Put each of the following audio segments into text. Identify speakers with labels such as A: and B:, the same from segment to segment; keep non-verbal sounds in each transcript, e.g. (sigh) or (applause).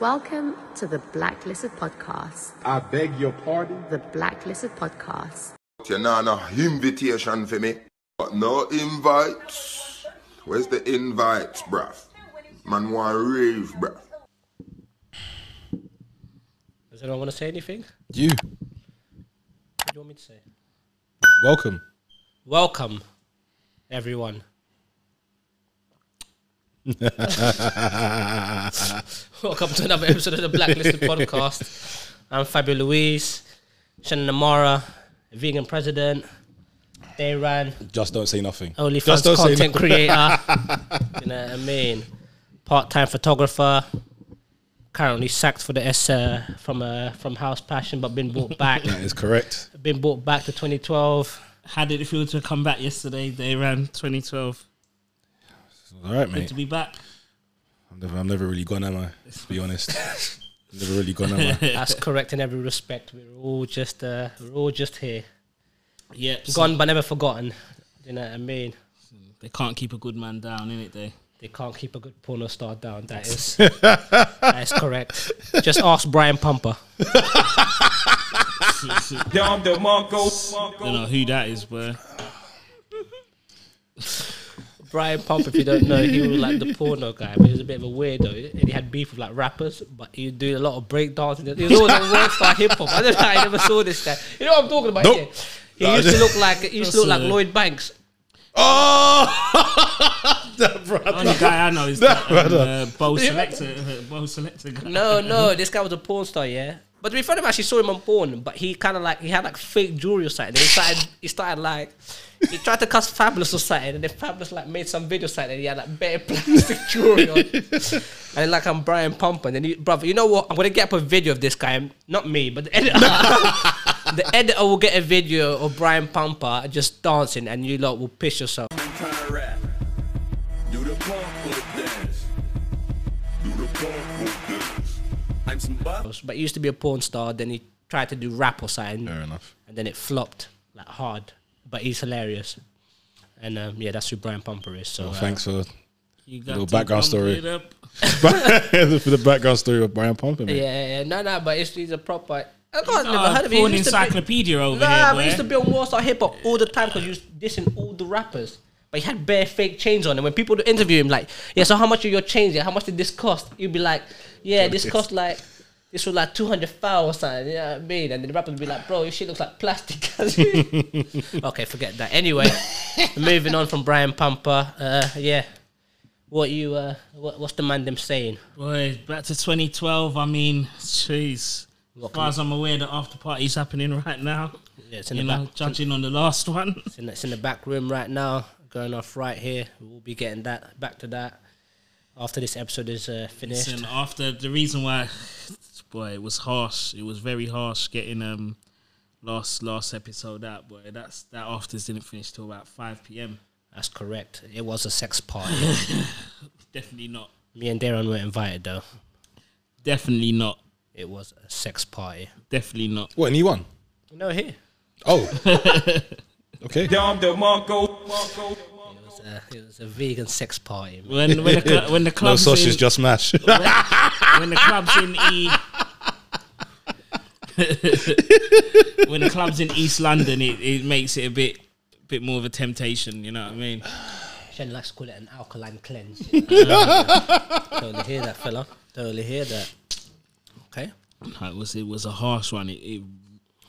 A: Welcome to the Blacklisted Podcast.
B: I beg your pardon.
A: The Blacklisted Podcast.
C: You know, no invitation for me. But no invites. Where's the invites, bruv? Man, want rave, bruv.
D: Does anyone want to say anything? What
E: You.
D: do you want me to say?
E: Welcome.
D: Welcome,
E: (laughs)
D: everyone. Welcome to another episode of the Blacklisted Podcast. I'm Fabio Luis, Shannon Amara, vegan president, Dayran,
E: Just don't say nothing.
F: Oh.
E: Just
D: OnlyFans
E: don't say
D: content creator.
E: (laughs)
D: you know what I mean? Part-time photographer. Currently sacked for the S uh, from uh, from House Passion, but been brought back.
E: That is correct.
D: been brought back to 2012.
F: How did it feel to come back yesterday? They ran 2012.
E: All right,
F: Good
E: mate.
F: to be back.
E: I'm never, I'm never really gone, am I? To be honest, never really gone, am
F: (laughs)
E: I?
D: That's correct in every respect. We're all just uh, we're all just here,
F: Yep.
D: gone but never forgotten. You know what I mean?
F: They can't keep a good man down, innit? They.
D: They can't keep a good porno star down. That is that is correct. Just ask Brian Pumper.
B: Dom DeMarco.
F: Don't know who that is, but
D: Brian Pumper, if you don't know, he was like the porno guy, but he was a bit of a weirdo, and he had beef with like rappers. But he would do a lot of breakdancing. He was always a rock star hip hop. I don't know. I never saw this guy. You know what I'm talking about?
E: Nope.
D: here? He
E: Nah,
D: used to
E: just-
D: look like he used to look like Lloyd Banks.
E: Oh, (laughs) that brother.
F: only guy I
E: (laughs)
F: know is that um, uh, bowl selector. Uh, bowl selector guy.
D: No, no, this guy was a porn star, yeah. But to be fair, I actually saw him on porn, but he kind of like he had like fake jewelry or something. He started, he started like he tried to cuss Fabulous or something, and then Fabulous like made some video site and he had like bare (laughs) plastic jewelry on. And like I'm Brian Pumper, and then he, brother, you know what? I'm gonna get up a video of this guy, not me, but the editor. (laughs) the editor will get a video of Brian Pumper just dancing, and you lot will piss yourself.
G: tryna rap. Do the pump up dance. Do the pump up dance. I'm some buff.
D: But he used to be a porn star, then he tried to do rap or something.
E: Fair enough.
D: and then it flopped like hard. But he's hilarious, and um, yeah, that's who Brian Pumper is. So
E: Well,
D: uh,
E: thanks for (laughs)
F: You got
E: little
F: to
E: background
F: pump
E: story
F: it up.
E: for the background story of Brian Pomper.
D: uh, yeah,
E: Mate.
D: yeah, yeah. no, no, but it's, he's a proper. I can't
F: Oh,
D: never heard of him.
F: porn
D: He used to be-
F: encyclopedia over
D: Nah, we
F: here,
D: used to
F: boy.
D: be on Warstar Hip Hop all the time because you was dissing all the rappers. But he had bare fake chains on, and when people would interview him, like, yeah, so how much are your chains? Yeah, how much did this cost? You'd be like, yeah, this cost like. This was like 200 foul or something, you know what I mean? And then the rapper would be like, bro, your shit looks like plastic. (laughs) okay, forget that. (laughs) Anyway, moving on from Brian Pumper. Uh, yeah. What you, uh, what, what's the man them saying?
F: Boy, back to 2012. I mean, jeez. As far as I'm aware, the after party's happening right now.
D: Yeah, it's in
F: You
D: the
F: know,
D: back.
F: judging on the last one.
D: It's in, the, it's in the back room right now, going off right here. We'll be getting that back to that after this episode is uh, finished.
F: Listen, after the reason why, boy, it was harsh. It was very harsh getting um last last episode out. Boy, that's that afters didn't finish till about five p.m.
D: That's correct. It was a sex party.
F: Definitely not.
D: Me and Darren were invited though.
F: Definitely not.
D: It was a sex party.
F: Definitely not.
E: What? And he won.
D: No, here.
F: (laughs)
E: Oh. okay.
B: Dom DeMarco.
D: It was a, it was a vegan sex party. man.
F: When when the
E: (laughs)
F: cl- when the
E: No
F: clubs
E: sausage,
F: in,
E: just
F: (laughs)
E: mash.
F: when the clubs in E. (laughs) when the clubs in East London, it, it makes it a bit bit more of a temptation. You know what I mean?
D: Shen likes to call it an alkaline cleanse. totally hear that, fella. Totally hear that. Okay.
F: It was it was a harsh one. It, it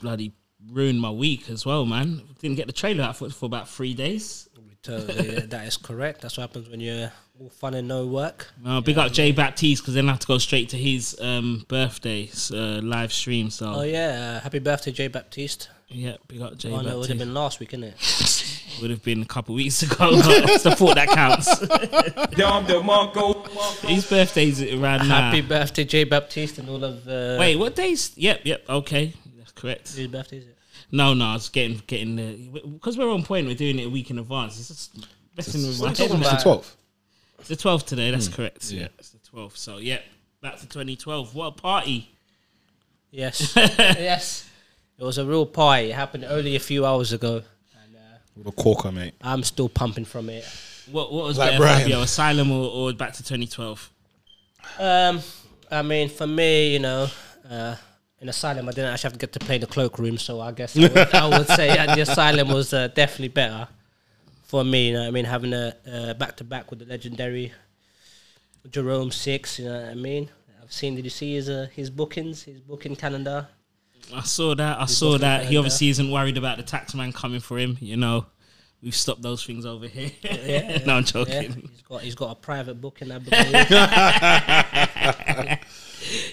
F: bloody ruined my week as well, man. Didn't get the trailer out for, for about three days.
D: Totally, that is correct. That's what happens when you're all fun and no work.
F: Uh, big up Jay Baptiste because then I have to go straight to his um, birthday uh, live stream. So
D: Oh
F: yeah.
D: yeah, uh, happy birthday, Jay Baptiste.
F: big up Jay
D: Oh no, it would have
F: Baptiste.
D: been last week, innit? (laughs)
F: (laughs) Would have been a couple weeks ago. (laughs) so I thought that counts.
B: Dom DeMarco.
F: his birthday's around
D: Happy
F: now.
D: birthday, Jay Baptiste, and all of uh,
F: Wait, what days? Yep, yep. Okay, that's correct.
D: whose birthday is it?
F: No, no, I was getting getting the because we're on point. We're doing it a week in advance. It's just messing with my head,
D: talking
F: man.
D: about?
E: It's the 12th.
F: It's the 12th today, that's correct.
E: Hmm. yeah.
F: Yeah, it's the 12th. So, yeah, back to 2012. What a party.
D: Yes, yes. It was a real party. It happened only a few hours ago.
E: With a corker, mate.
D: I'm still pumping from it.
F: What, what was
E: Like
F: better,
E: Brian.
F: Fabio, Asylum or, or back to 2012?
D: Um, I mean, for me, you know, uh, in Asylum, I didn't actually have to get to play in the cloakroom, so I guess I would, I would say yeah, the Asylum was uh, definitely better for me. You know, what I mean, having a back to back with the legendary Jerome Six. You know what I mean? I've seen. Did you see his uh, his bookings? His booking calendar.
F: I saw that. I saw
D: both
F: that.
D: look
F: He
D: like
F: obviously isn't worried about the tax man coming for him. You know, we've stopped those things over here. (laughs) no,
D: Yeah,
F: I'm joking.
D: he's got he's got a private booking. I (laughs) believe.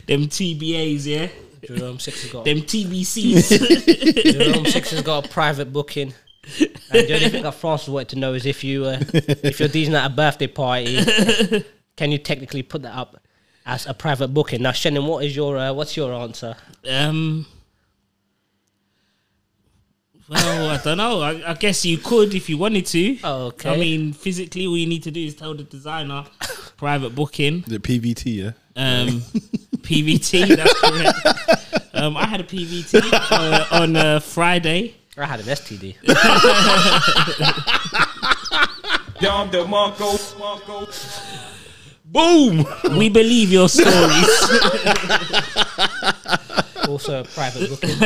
F: Them TBAs, yeah.
D: Jerome Six has got (laughs)
F: Them TBCs.
D: Jerome Six has got a private booking. And the only thing that Francis wanted to know is if you uh, if you're DJing at a birthday (laughs) party, can you technically put that up as a private booking? Now, Shannon, what is your uh, what's your answer?
F: um. Well, I don't know. I, I guess you could if you wanted to.
D: Oh, Okay.
F: I mean, physically, all you need to do is tell the designer
D: (laughs)
F: private booking.
E: The PVT,
F: (laughs)
E: yeah.
F: Um, PVT, that's correct. Um, I had a PVT uh, on uh, Friday.
D: I had an STD. (laughs)
B: Dom DeMarco, Marco,
F: Boom! We believe your stories.
D: (laughs) Also, a private booking.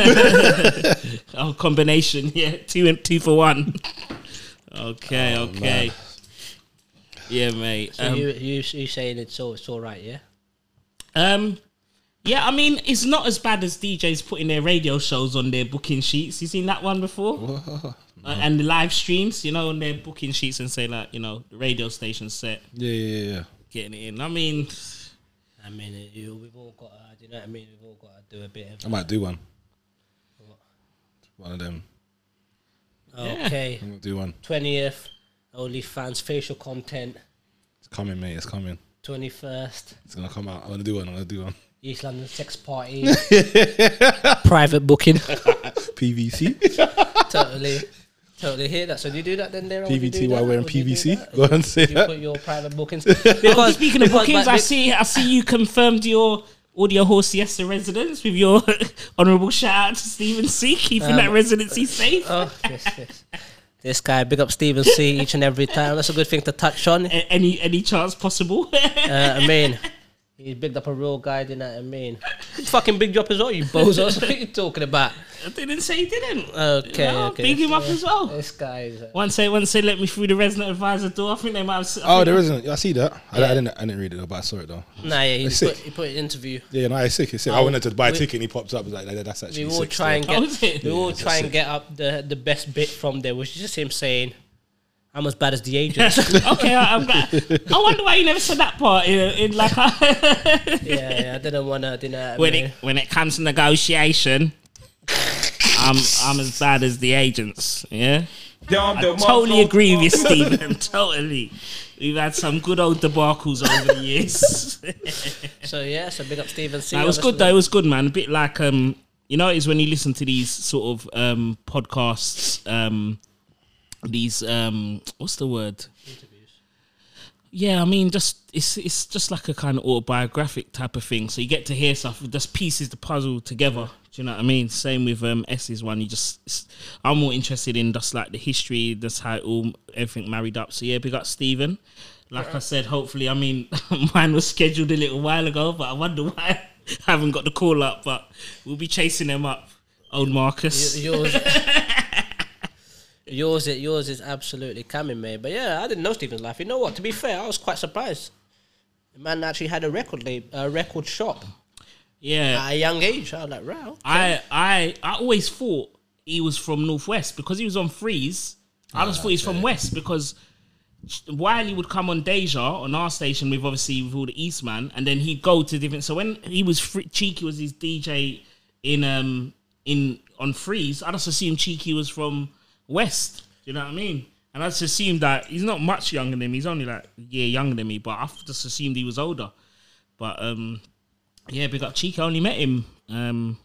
F: oh, combination, yeah, two and two for one. Okay, okay. Yeah, mate.
D: Oh, So
F: um,
D: you you you saying it's all it's all right? Yeah.
F: Um, yeah, I mean, it's not as bad as DJs putting their radio shows on their booking sheets. You seen that one before? Uh, and the live streams, you know, on their booking sheets and say like, you know, the radio station set
E: Yeah, yeah, yeah, yeah.
F: getting it in. I mean,
D: I mean, it- you, we've all got. Uh, do you know what I mean? We've all got to do a bit
E: I
D: of.
E: might do one. One of them.
D: Okay,
E: I'm gonna do one.
D: twentieth, OnlyFans facial content.
E: It's coming, mate. It's coming.
D: Twenty first,
E: It's gonna come out. I'm gonna do one. I'm gonna do one. (laughs)
D: East London sex party. (laughs) private booking. (laughs)
E: PVC.
D: totally, totally hear that. So do you do that then? There, Would you do
E: PVT while
D: that?
E: wearing
D: Would you do
E: PVC.
D: that?
E: Go and say
D: Do you
E: that. (laughs)
D: put your private bookings. Because
F: speaking of
D: because,
F: bookings,
D: like,
F: I
D: this-
F: see, I see you confirmed your audio horse siesta residence with your (laughs) honourable shout out to Stephen C, keeping
D: Um,
F: that residency safe.
D: Oh, yes, yes. This guy, big up Steven C each and every time. That's a good thing to touch on. Uh,
F: A- any any chance possible? (laughs)
D: I mean, he bigged up a real guy, didn't I? I mean, fucking big job as well, you bozos. (laughs) what are you talking about?
F: I didn't say he didn't.
D: uh, Okay,
F: No,
D: okay.
F: big him up as well.
D: This guy's. Uh,
F: Once they once they let me through the resident advisor door, I think they might have. I
E: Oh,
F: think-
E: there isn't. I see that. I, I didn't. I didn't read it though, but I saw it though.
D: nah, yeah, he
E: That's
D: put,
E: sick.
D: he put an interview.
E: Yeah, no, it's sick. It's sick. I wanted to buy a
D: Oh. we-
E: ticket and he pops up. I was like, "That- that's actually.
D: we all
E: sick
D: try and
F: (laughs)
E: still."
D: get
F: Oh, is it?
D: we all
E: Yeah,
D: try
E: that's
D: and
E: it.
D: get up the the best bit from there, which is just him saying, "I'm as bad as the
F: (laughs)
D: agents."
F: (laughs) okay, I, I'm
D: (laughs)
F: glad. I wonder why you never said that part in, in like
D: yeah, yeah, I didn't want to. Didn't uh, I,
F: when
D: mean,
F: it when it comes to negotiation. I'm I'm as bad as the agents. Yeah,
B: Dom
F: I
B: DeMarco.
F: totally agree with you, Stephen. totally. We've had some good old debacles over the years.
D: so yeah, so big up Steven C.
F: Nah, it was
D: obviously.
F: good though. It was good, man. A bit like um, you know, it's when you listen to these sort of um podcasts, um, these um, what's the word? Yeah, I mean, just it's it's just like a kind of autobiographic type of thing. So you get to hear stuff, it just pieces the puzzle together. Do you know what I mean? Same with um S's one. You just it's- I'm more interested in just like the history, the title, everything married up. So yeah, big up Stephen. Like I said, hopefully, I mean, (laughs) mine was scheduled a little while ago, but I wonder why (laughs) I haven't got the call up. But we'll be chasing them up, old Marcus.
D: Y-
F: (laughs)
D: yours. Yours, i- yours is absolutely coming, mate. But yeah, I didn't know Steven's life. You know what? To be fair, I was quite surprised. The man actually had a record lab, a record shop
F: Yeah,
D: at a young age. I was like, wow.
F: I I I always thought he was from Northwest because he was on Freeze. I just thought he's from West because Wiley would come on Deja on our station with obviously with all the East man, and then he'd go to different. So when he was free, Cheeky was his DJ in um in on Freeze. I just assumed Cheeky was from West. Do you know what I mean? And I just assumed that he's not much younger than me. He's only like a year younger than me, but I just assumed he was older. But um, yeah, big up Cheeky. I only met him um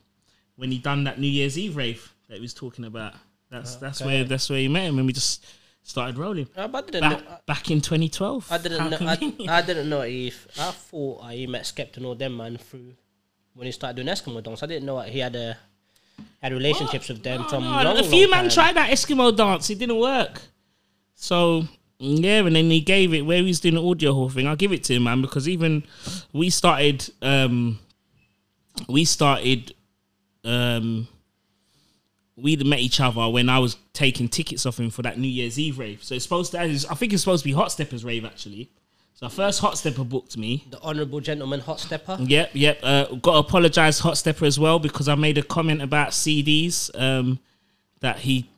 F: when he done that New Year's Eve rave that he was talking about. That's that's where that's where he met him, and we just started rolling
D: I, I didn't know.
F: back, back in 2012.
D: I didn't
F: How
D: know.
F: convenient.
D: I, I didn't know if I thought uh, he met Skepta and all them man through when he started doing Eskimo dance. I didn't know he had a had relationships with them
F: Oh, No,
D: from
F: no,
D: long,
F: a few
D: long
F: man
D: time.
F: tried that Eskimo dance. It didn't work. So Yeah, and then he gave it where he was doing the audio whole thing. I'll give it to him, man, because even we started, um, we started, um, we'd met each other when I was taking tickets off him for that New Year's Eve rave. So it's supposed to, I think it's supposed to be Hot Steppers rave actually. So first Hot Stepper booked me.
D: The honourable gentleman, hot stepper.
F: Yep, yep. Uh, got to apologise, Hot Stepper, as well, because I made a comment about CDs um, that he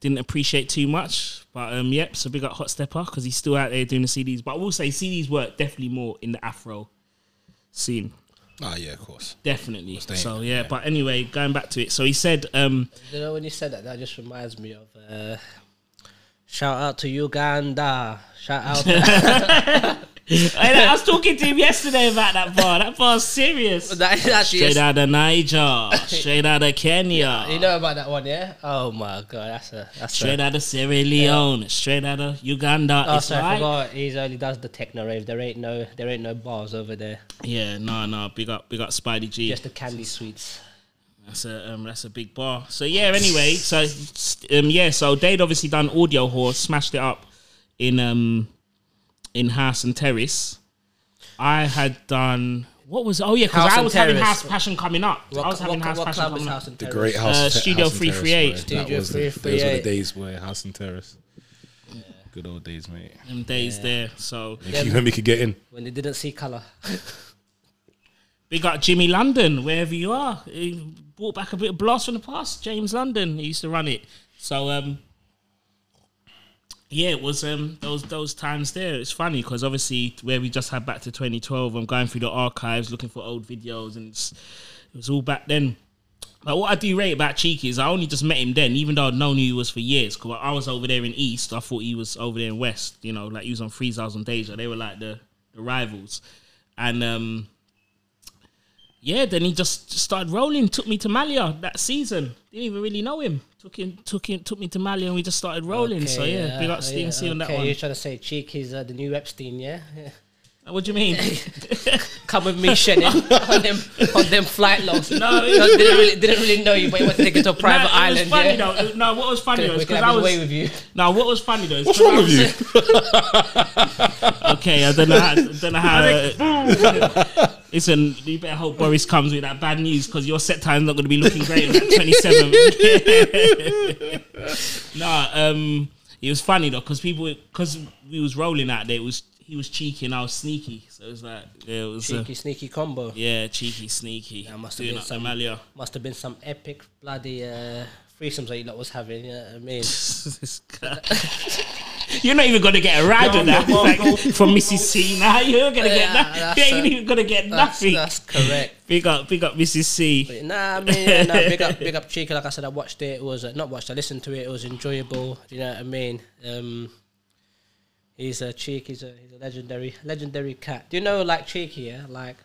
F: didn't appreciate too much. But um, yep, so big up Hot Stepper because he's still out there doing the CDs. But I will say CDs work definitely more in the Afro scene,
E: Ah, yeah, of course.
F: definitely.
E: the-
F: So yeah, but anyway, going back to it. So he said, um, (laughs)
D: You know, when you said that, that just reminds me of. Uh, shout out to Uganda. Shout out.
F: (laughs)
D: To
F: and I was talking to him yesterday about that bar. That bar's serious.
D: that actually
F: Straight
D: is,
F: out of Niger, straight out of Kenya.
D: You know about that one, yeah? Oh my god, that's a that's
F: Straight
D: a,
F: out of Sierra Leone, straight out of Uganda.
D: Oh,
F: it's
D: sorry, I
F: right.
D: forgot. He only does the techno rave. There ain't no there ain't no bars over there.
F: Yeah, no, no, big up, big up, Spidey G.
D: Just the candy sweets.
F: That's a um, that's a big bar. So yeah, anyway, so um, yeah, so they'd obviously done audio horse, smashed it up in um in house and terrace. I had done what was oh yeah because
D: House
F: I
D: and
F: was having
D: Terrace.
F: house passion coming up. I was having house passion coming up.
D: and
E: The
D: Terrace?
E: great house,
F: Uh,
E: Te-
F: Studio
E: House and Terrace,
F: 338.
E: bro.
D: Studio
E: that was the, those were
D: 338.
E: the days where house and terrace. Good old days, mate.
F: Them days there. So
E: If you let me could get
D: (laughs)
E: in.
D: when they didn't see color.
F: We got Jimmy London, wherever you are. He brought back a bit of blast from the past. James London he used to run it. So um, yeah, it was um those those times there. It's funny because obviously where we just had back to 2012. I'm going through the archives looking for old videos, and it's, it was all back then. But what I do rate about Cheeky is I only just met him then, even though I'd known who he was for years. Because I was over there in East, I thought he was over there in West. You know, like he was on Freeze, I was on Deja. They were like the, the rivals, and um, yeah, then he just started rolling. Took me to Malia that season. Didn't even really know him. Took him, took him, took me to Malia, and we just started rolling. so yeah, big up Steve and C on that
D: uh, okay,
F: one.
D: You're trying to say Cheek is uh, the new Epstein, yeah? (laughs) Yeah.
F: What do
D: (laughs)
F: you mean?
D: Come with me, Shannon,
F: (laughs)
D: on them on them flight logs.
F: No, it was-
D: didn't really didn't really know you, but you want to take it to
F: (laughs)
D: a private
F: Nah, it
D: island.
F: was funny
D: yeah?
F: though. It- No, what was funny though
D: We
F: is
D: can
F: because I
D: have his
F: was.
D: way with you.
F: (laughs) No, what was funny though? Is
E: What's wrong with you? (laughs)
F: Okay, I don't know. How, I don't know how. (laughs) Listen, you better hope Boris comes with that bad news because your set time's not going to be looking great on that twenty seventh. (laughs) nah, um, it was funny though because people because we was rolling out there. It was he was cheeky and I was sneaky, so it was like yeah, it was uh,
D: Cheeky sneaky combo.
F: yeah, cheeky, sneaky.
D: That must have
F: doing
D: been
F: up the
D: some-
F: Malia.
D: Must have been some epic bloody uh, threesomes that you lot was having. You know what I mean?
F: (laughs) This guy. (laughs) You're not even gonna get a ride on that like, from Mrs. C. Now (laughs) you're gonna
D: Yeah,
F: get that.
D: that's
F: You ain't
D: a-
F: even gonna get
D: That's,
F: (laughs) nothing.
D: that's correct.
F: Big up, big up, Mrs. C.
D: But nah, I mean, yeah, nah, big up, big up, cheeky. Like I said, I watched it. It was uh, not watched. I listened to it. It was enjoyable. You know what I mean? Um, he's a cheek. He's a he's a legendary, legendary cat. Do you know like cheeky? Yeah, like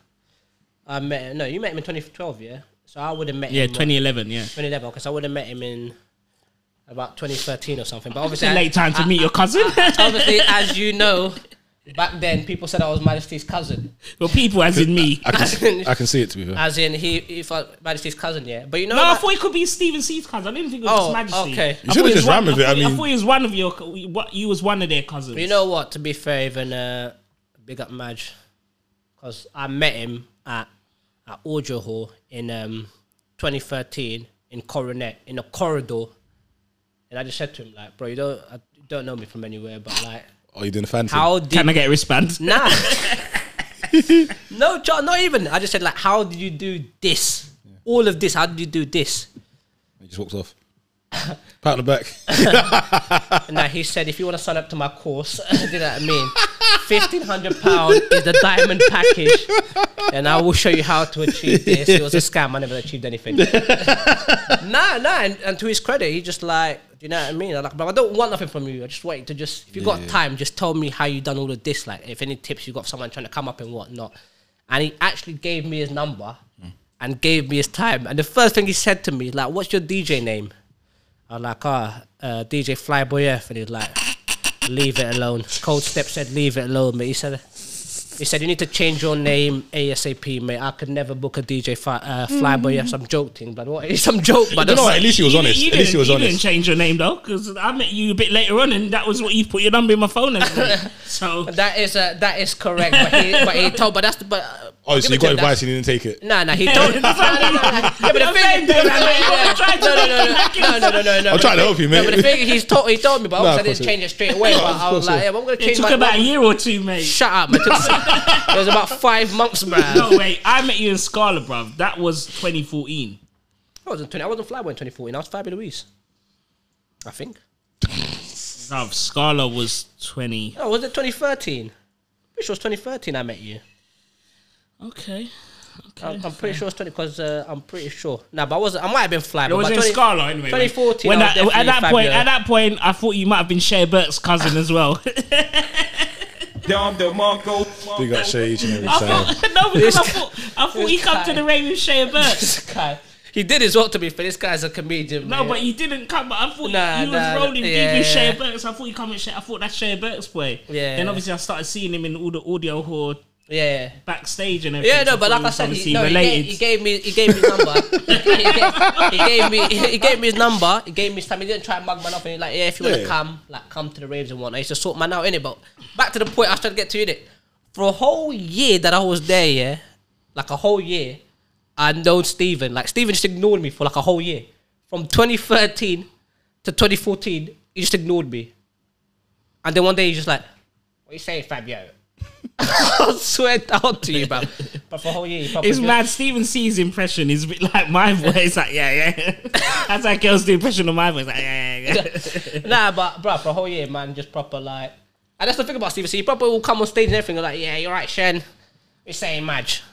D: I met. Him, no, you met him in 2012. Yeah, so I would have met
F: Yeah,
D: him. uh, what,
F: 2011. Yeah,
D: 2011 because I would have met him in about 2013 or something.
F: (laughs)
D: But
F: it's
D: obviously,
F: a
D: I-
F: late time to meet your (laughs) cousin.
D: (laughs) obviously, as you know, back then people said I was Majesty's cousin.
F: well, people as in me.
E: I can, I can see it to be fair.
D: As in, he, if I, Majesty's cousin, yeah. But you know,
F: No, I
D: like-
F: thought it could be Stephen C's cousin. I didn't think it was
D: Oh,
F: His
D: okay.
F: Majesty.
D: You
F: I
E: should've
F: thought he
E: just
F: was
E: ran
F: one-
E: with it, I
F: thought-
E: mean-
F: thought he was one of your. What you was one of their cousins.
D: you know what? To be fair, even uh, big up Madge, because I met him at at Audio Hall in um, 2013 in Coronet in a corridor, and I just said to him like, "Bro, you don't I, you don't know me from anywhere, but like,
E: Oh, you doing the fancy?
D: how did
F: Can I get a wristband?
D: (laughs) Nah. no, John, not even. I just said, like, how did you do this? All of this, how did you do this?
E: He just walks off. Pat on the
D: (laughs)
E: back.
D: And now he said, if you want to sign up to my course, (laughs) do you know what I mean? Fifteen hundred pound is the diamond package, and I will show you how to achieve this. It was a scam. I never achieved anything. (laughs) nah, nah. And, and to his credit, he just like, do you know what I mean? I'm like, but I don't want nothing from you. I just want you to just, if you got time, just tell me how you done all of this. Like, if any tips you got, for someone trying to come up and whatnot. And he actually gave me his number and gave me his time. And the first thing he said to me, like, what's your DJ name? I was like, ah, uh, DJ Flyboy F. And he was like, leave it alone. Cold Step said, leave it alone. But he said, He said, "You need to change your name ASAP, mate. I could never book a DJ fi- uh, flyboy. Yes, I'm joking, but what? It's some joke, but
E: You know
D: that's-
E: what? At least he was
F: You
E: honest.
F: didn't- you
E: At least he
F: didn't-
E: was
F: you didn't
E: honest.
F: change your name though, because I met you a bit later on, and that was what you put your number in my
E: (laughs)
F: phone. As so
D: that is uh, that is correct. But he, but he told, but that's the but. uh,
E: Oh,
D: give
E: so you
D: it to
E: got
D: him, that's-
E: advice and you didn't take it.
D: No, no, he told. no, no, no, no. Yeah, but the thing, no, no, no, no, no, no, no, no, no, no.
E: I'm trying to help you,
D: No, but the
E: mate.
D: thing he told, he told me, but
E: Nah,
D: obviously I
E: of course
D: didn't
E: it-
D: change it straight away. But I was
E: course
D: like,
E: it-
D: yeah, but I'm gonna
F: it
D: change
F: took
D: my.
F: about a year or two, mate.
D: Shut up! man. It,
F: (laughs)
D: took, it was about five months, man.
F: No wait, I met you in Scarlet, bruv. That was 2014.
D: I wasn't twenty. I wasn't flyboy in 2014. I was Fabi Louise. I think.
F: Bruv, Scarlet was 20.
D: No, was it 2013? Pretty sure it was 2013. I met you.
F: Okay.
D: I'm, I'm pretty sure it's 20 because uh, I'm pretty sure. Nah, but I was. I might have been flyboy.
F: It was
D: but
F: in
D: 20
F: Scarlet anyway.
D: 2014.
F: When
D: I was
F: that, at
D: definitely
F: that point,
D: Fabio.
F: at that point, I thought you might have been Shea Burke's cousin as well.
B: Dom DeMarco.
E: Big up Shay each and every
F: (laughs) I (laughs)
E: time.
F: thought, no, because I
D: This
F: thought, I thought he
D: this
F: come to
D: guy.
F: the rain with Shea
D: (laughs)
F: Burke.
D: this guy. He did his work to be fair. This guy's a comedian.
F: No,
D: man.
F: but he didn't come. But I thought
D: Nah,
F: he was
D: nah,
F: rolling deep
D: yeah.
F: with Shea Burks. I thought he come with Shea. I thought that's Shea Burks' boy.
D: Yeah.
F: Then obviously I started seeing him in all the audio hall
D: yeah.
F: backstage and everything.
D: Yeah, no,
F: so
D: but like I
F: thought
D: said,
F: he was
D: he, no, he,
F: related.
D: gave, he gave me he gave me his number. (laughs) he, gave, he gave me he gave me his number. He gave me his time. He didn't try and mug man off. And he like, yeah, if you want
E: Yeah.
D: to come, like, come to the raves and whatnot. He just sort man out in it. But back to the point I was trying to get to in it. For a whole year that I was there, yeah, like a whole year, I known Steven. Like Steven just ignored me for like a whole year, from 2013 to 2014. He just ignored me, and then one day he's just like, "What you saying, (laughs) Fabio?" I swear down to you, bro. But for a whole year, you probably
F: It's
D: just-
F: mad. Stephen C's impression is a bit like my voice. Like, yeah, yeah. (laughs) That's how girls do impression of my voice. Like, yeah, yeah, yeah.
D: nah, but bro, for a whole year, man, just proper like. And that's the thing about Steven. So he proper will come on stage and everything. and Like, yeah, you're right, Shen. You're saying (laughs) Madge.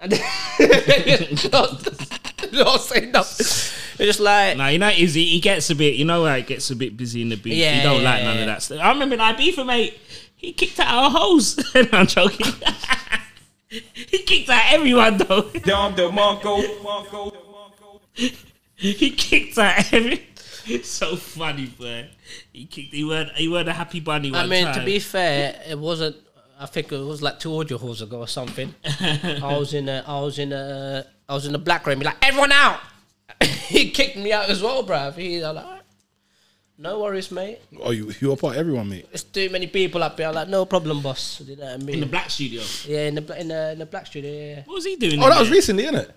D: And then not, not saying nothing. It's just like,
F: No, you know, is he, he gets a bit, you know, like gets a bit busy in the booth.
D: Yeah,
F: he don't
D: yeah,
F: like none
D: yeah.
F: of that stuff. I remember in Ibiza, mate, he kicked out our (laughs) hoes. I'm joking. he kicked out everyone though. (laughs)
B: Dom DeMarco.
F: he kicked out every. It's so funny, boy. He kicked. He weren't. He weren't a happy bunny. One
D: I mean,
F: time.
D: to be fair, it wasn't. I think it was like two audio halls ago or
F: (laughs)
D: something. I was in a, I was in a, I was in the black room. He like everyone out. (laughs) he kicked me out as well, bruv. He I was like, "Alright, no worries, mate.
E: Oh, you you are part of everyone, mate.
D: There's too many people up here. I'm like, no problem, boss. You know what I mean?
F: in the black studio.
D: Yeah, in the bla- in the, in the black studio. Yeah, yeah.
F: What was he doing?
E: Oh,
F: in
E: that was
F: there?
E: recently, isn't it?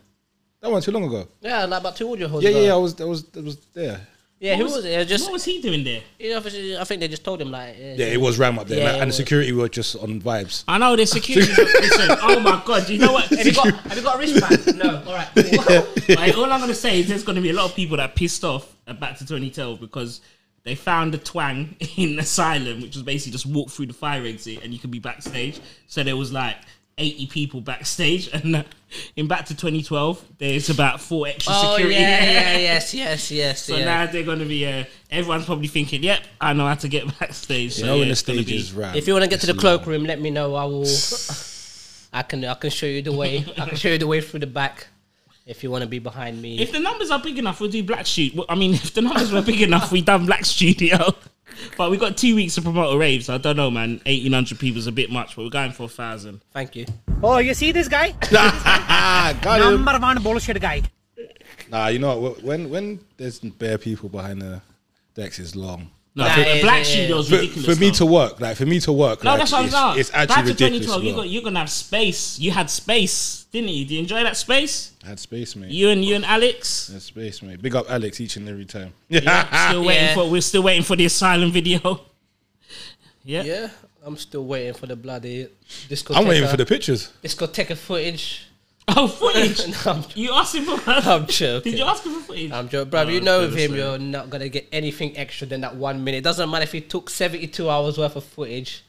E: That wasn't too long ago.
D: yeah like about two audio halls.
E: Yeah,
D: ago.
E: yeah, yeah. I was, I was, I was there.
D: Yeah, who
F: What
D: was, it? It was just
F: what was he doing there?
D: you know, obviously, I think they just told him like yeah,
E: Yeah, it was ram up there,
D: Yeah,
E: like, and
D: it
E: the
D: was.
E: security were just on vibes.
F: I know the security.
D: (laughs)
F: listen, oh my god, you know what?
D: Have you got have you got a wristband?
F: (laughs)
D: no. All right.
F: Like, all I'm gonna say is there's gonna be a lot of people that are pissed off at Back to 2012 because they found a twang (laughs) in Asylum, which was basically just walk through the fire exit and you could be backstage. So there was like 80 people backstage, (laughs) and uh, in Back to 2012 there's about four extra
D: Oh yeah,
F: security.
D: yeah, yes, yes, yes.
F: (laughs) So
D: yeah.
F: now they're gonna be. Uh, everyone's probably thinking, "Yep, I know how to get (laughs) backstage."
E: You
F: so
E: know,
F: yeah,
E: when the
F: it's gonna
E: stage is
F: be-
E: ram.
D: If you want to get to the
E: it's long.
D: cloakroom, let me know. I will. I can. I can show you the way. I can show you the way through the back. If you want to be behind me,
F: If the numbers are big enough, we'll do Black Shoot. Well, I mean, (laughs) if the numbers were big enough, we done Black Studio. (laughs) But we got two weeks to promote a rave, so I don't know, man. 1,800 people is a bit much, but we're going for a 1,000.
D: thank you.
H: Oh, you see this guy?
E: Ah, got him.
H: Number one bullshit guy.
E: Nah, you know what, when when there's bare people behind the decks is long.
F: No,
D: That
F: for,
D: is-
F: Black
D: yeah,
F: Studio is
E: For,
F: ridiculous.
E: for me
F: though.
E: to work, like for me to work,
F: No,
E: like,
F: that's what I'm
E: it's,
F: saying.
E: it's
F: Back
E: actually
F: to
E: ridiculous.
F: 2012, you
E: long.
F: got, you're going to have space. You had space, didn't you? Did you enjoy that space?
E: I had space, mate.
F: You and you and Alex?
E: I had space, mate. Big up Alex each and every time. (laughs) Ah,
F: Yeah, still waiting
D: Yeah.
F: for, we're still waiting for the Asylum video. (laughs) Yeah.
D: Yeah, I'm still waiting for the bloody discotheque.
E: I'm waiting for the pictures.
D: discotheque footage.
F: Oh, footage.
D: (laughs)
E: (laughs)
D: No, I'm,
F: you asked him for (laughs)
D: I'm
F: Did you
D: joking.
F: ask him for footage?
D: I'm joking, bro.
F: Oh,
D: you know, with
F: goodness
D: him,
F: sake.
D: you're not gonna get anything extra than that one minute. Doesn't matter if he took 72 hours worth of footage.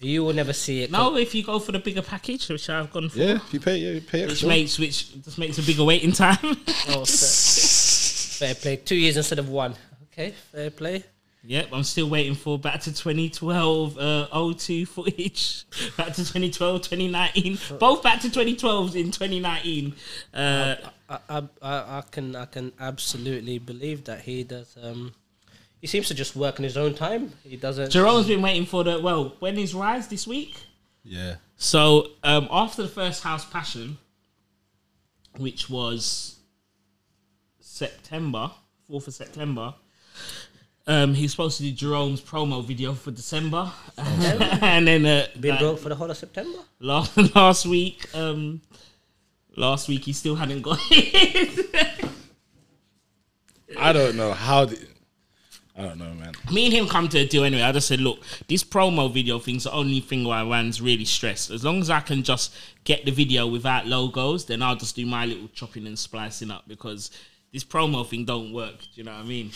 D: You will never see it.
F: No, if you go for the bigger package, which I've gone for,
E: Yeah, if you pay, yeah, you pay
F: which
E: extra.
F: makes which just makes a bigger waiting time. (laughs)
D: Oh, fair, fair play. Two years instead of one. Okay, fair play.
F: yep, I'm still waiting for back to 2012 uh, 02 footage, (laughs) back to 2012, 2019, both back to 2012s in 2019. Uh,
D: I, I, I I can I can absolutely believe that he does. Um, he seems to just work in his own time. He doesn't.
F: Jerome's been waiting for the well. When is Rise this week?
E: Yeah.
F: So um, after the first house passion, which was September, fourth of September, um, he's supposed to do Jerome's promo video for December, (laughs) and then uh,
D: Been
F: like,
D: broke for the whole of September.
F: la- last, (laughs) week, um, last week he still hadn't got (laughs) it.
E: I don't know how. The, I don't know, man.
F: Me and him come to a deal anyway. I just said, look, this promo video thing's the only thing where Iran's really stressed. As long as I can just get the video without logos, then I'll just do my little chopping and splicing up because this promo thing don't work. Do you know what I mean?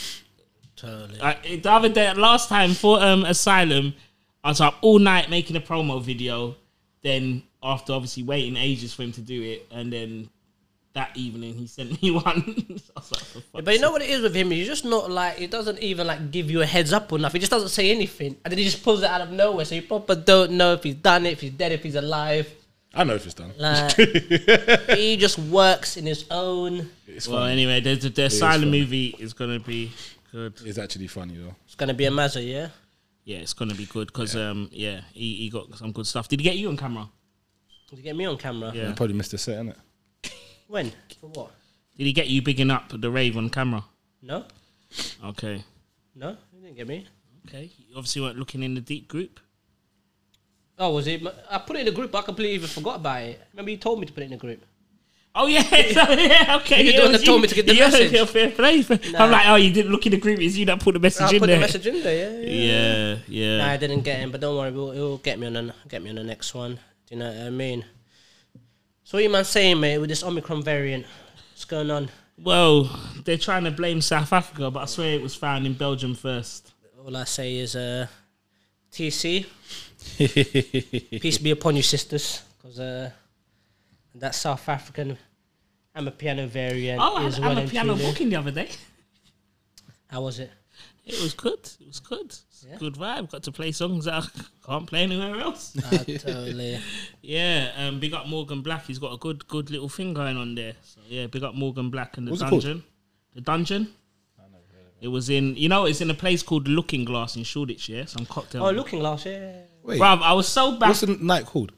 D: Totally.
F: I, the other day, last time for um Asylum, I was up all night making a promo video. Then after obviously waiting ages for him to do it, and then that evening he sent (laughs) me one. I was like, for fuck's
D: But you know what it is with him? He's just not like it doesn't even like give you a heads up or nothing. He just doesn't say anything, and then he just pulls it out of nowhere. So you proper don't know if he's done it, if he's dead, if he's alive.
E: I know if it's done.
D: Like he just works in his own.
E: It's
F: Well,
E: funny.
F: anyway, the, the, the
E: is
F: Asylum
E: funny.
F: movie is gonna be good.
E: It's actually funny though.
D: It's gonna be a matter, yeah.
F: Yeah, it's gonna be good because um, yeah, he, he got some good stuff. Did he get you on camera?
D: Did you get me on camera?
F: Yeah.
E: I probably missed a set, innit?
D: When? For what?
F: Did he get you bigging up the rave on camera?
D: No,
F: Okay.
D: no, you didn't get me.
F: Okay. You obviously weren't looking in the deep group.
D: Oh, was it? I put it in the group. But I completely even forgot about it. Remember, you told me to put it in the group.
F: Oh
D: (laughs)
F: yeah, (laughs) so, yeah okay.
D: You're the
F: yeah,
D: one
F: it was
D: that told me to get the
F: Yeah, (laughs)
D: message.
F: yeah, fair play. I'm like, oh, you didn't look in the group. It's you that put the message
D: I
F: in
D: put
F: there.
D: the message in there. Yeah, yeah.
F: Yeah, yeah.
D: Nah, I didn't get him, but don't worry, we'll, he'll get me on the get me on the next one. Do you know what I mean? So what you man saying, mate, with this Omicron variant? What's going on?
F: Well, they're trying to blame South Africa, but I swear it was found in Belgium first.
D: All I say is, uh,
F: (laughs)
D: TC, peace be upon you, sisters, because uh, that South African I'm a piano variant
F: Oh,
D: is
F: I,
D: well
F: I'm a
D: and
F: piano
D: truly-
F: walking the other day.
D: How was it?
F: It was good. It was good. It's a Good vibe. Got to play songs that I (laughs) can't play anywhere else.
D: I
F: (laughs)
D: totally.
F: yeah, um, big up Morgan Black. He's got a good, good little thing going on there. So yeah, big up Morgan Black and the
E: What's it called?
F: dungeon. The dungeon. It was in, you know, it's in a place called the Looking Glass in Shoreditch. Yeah, some cocktail.
D: Oh, looking last year.
E: Wait,
F: Bruv, I was so back
E: what's the night called?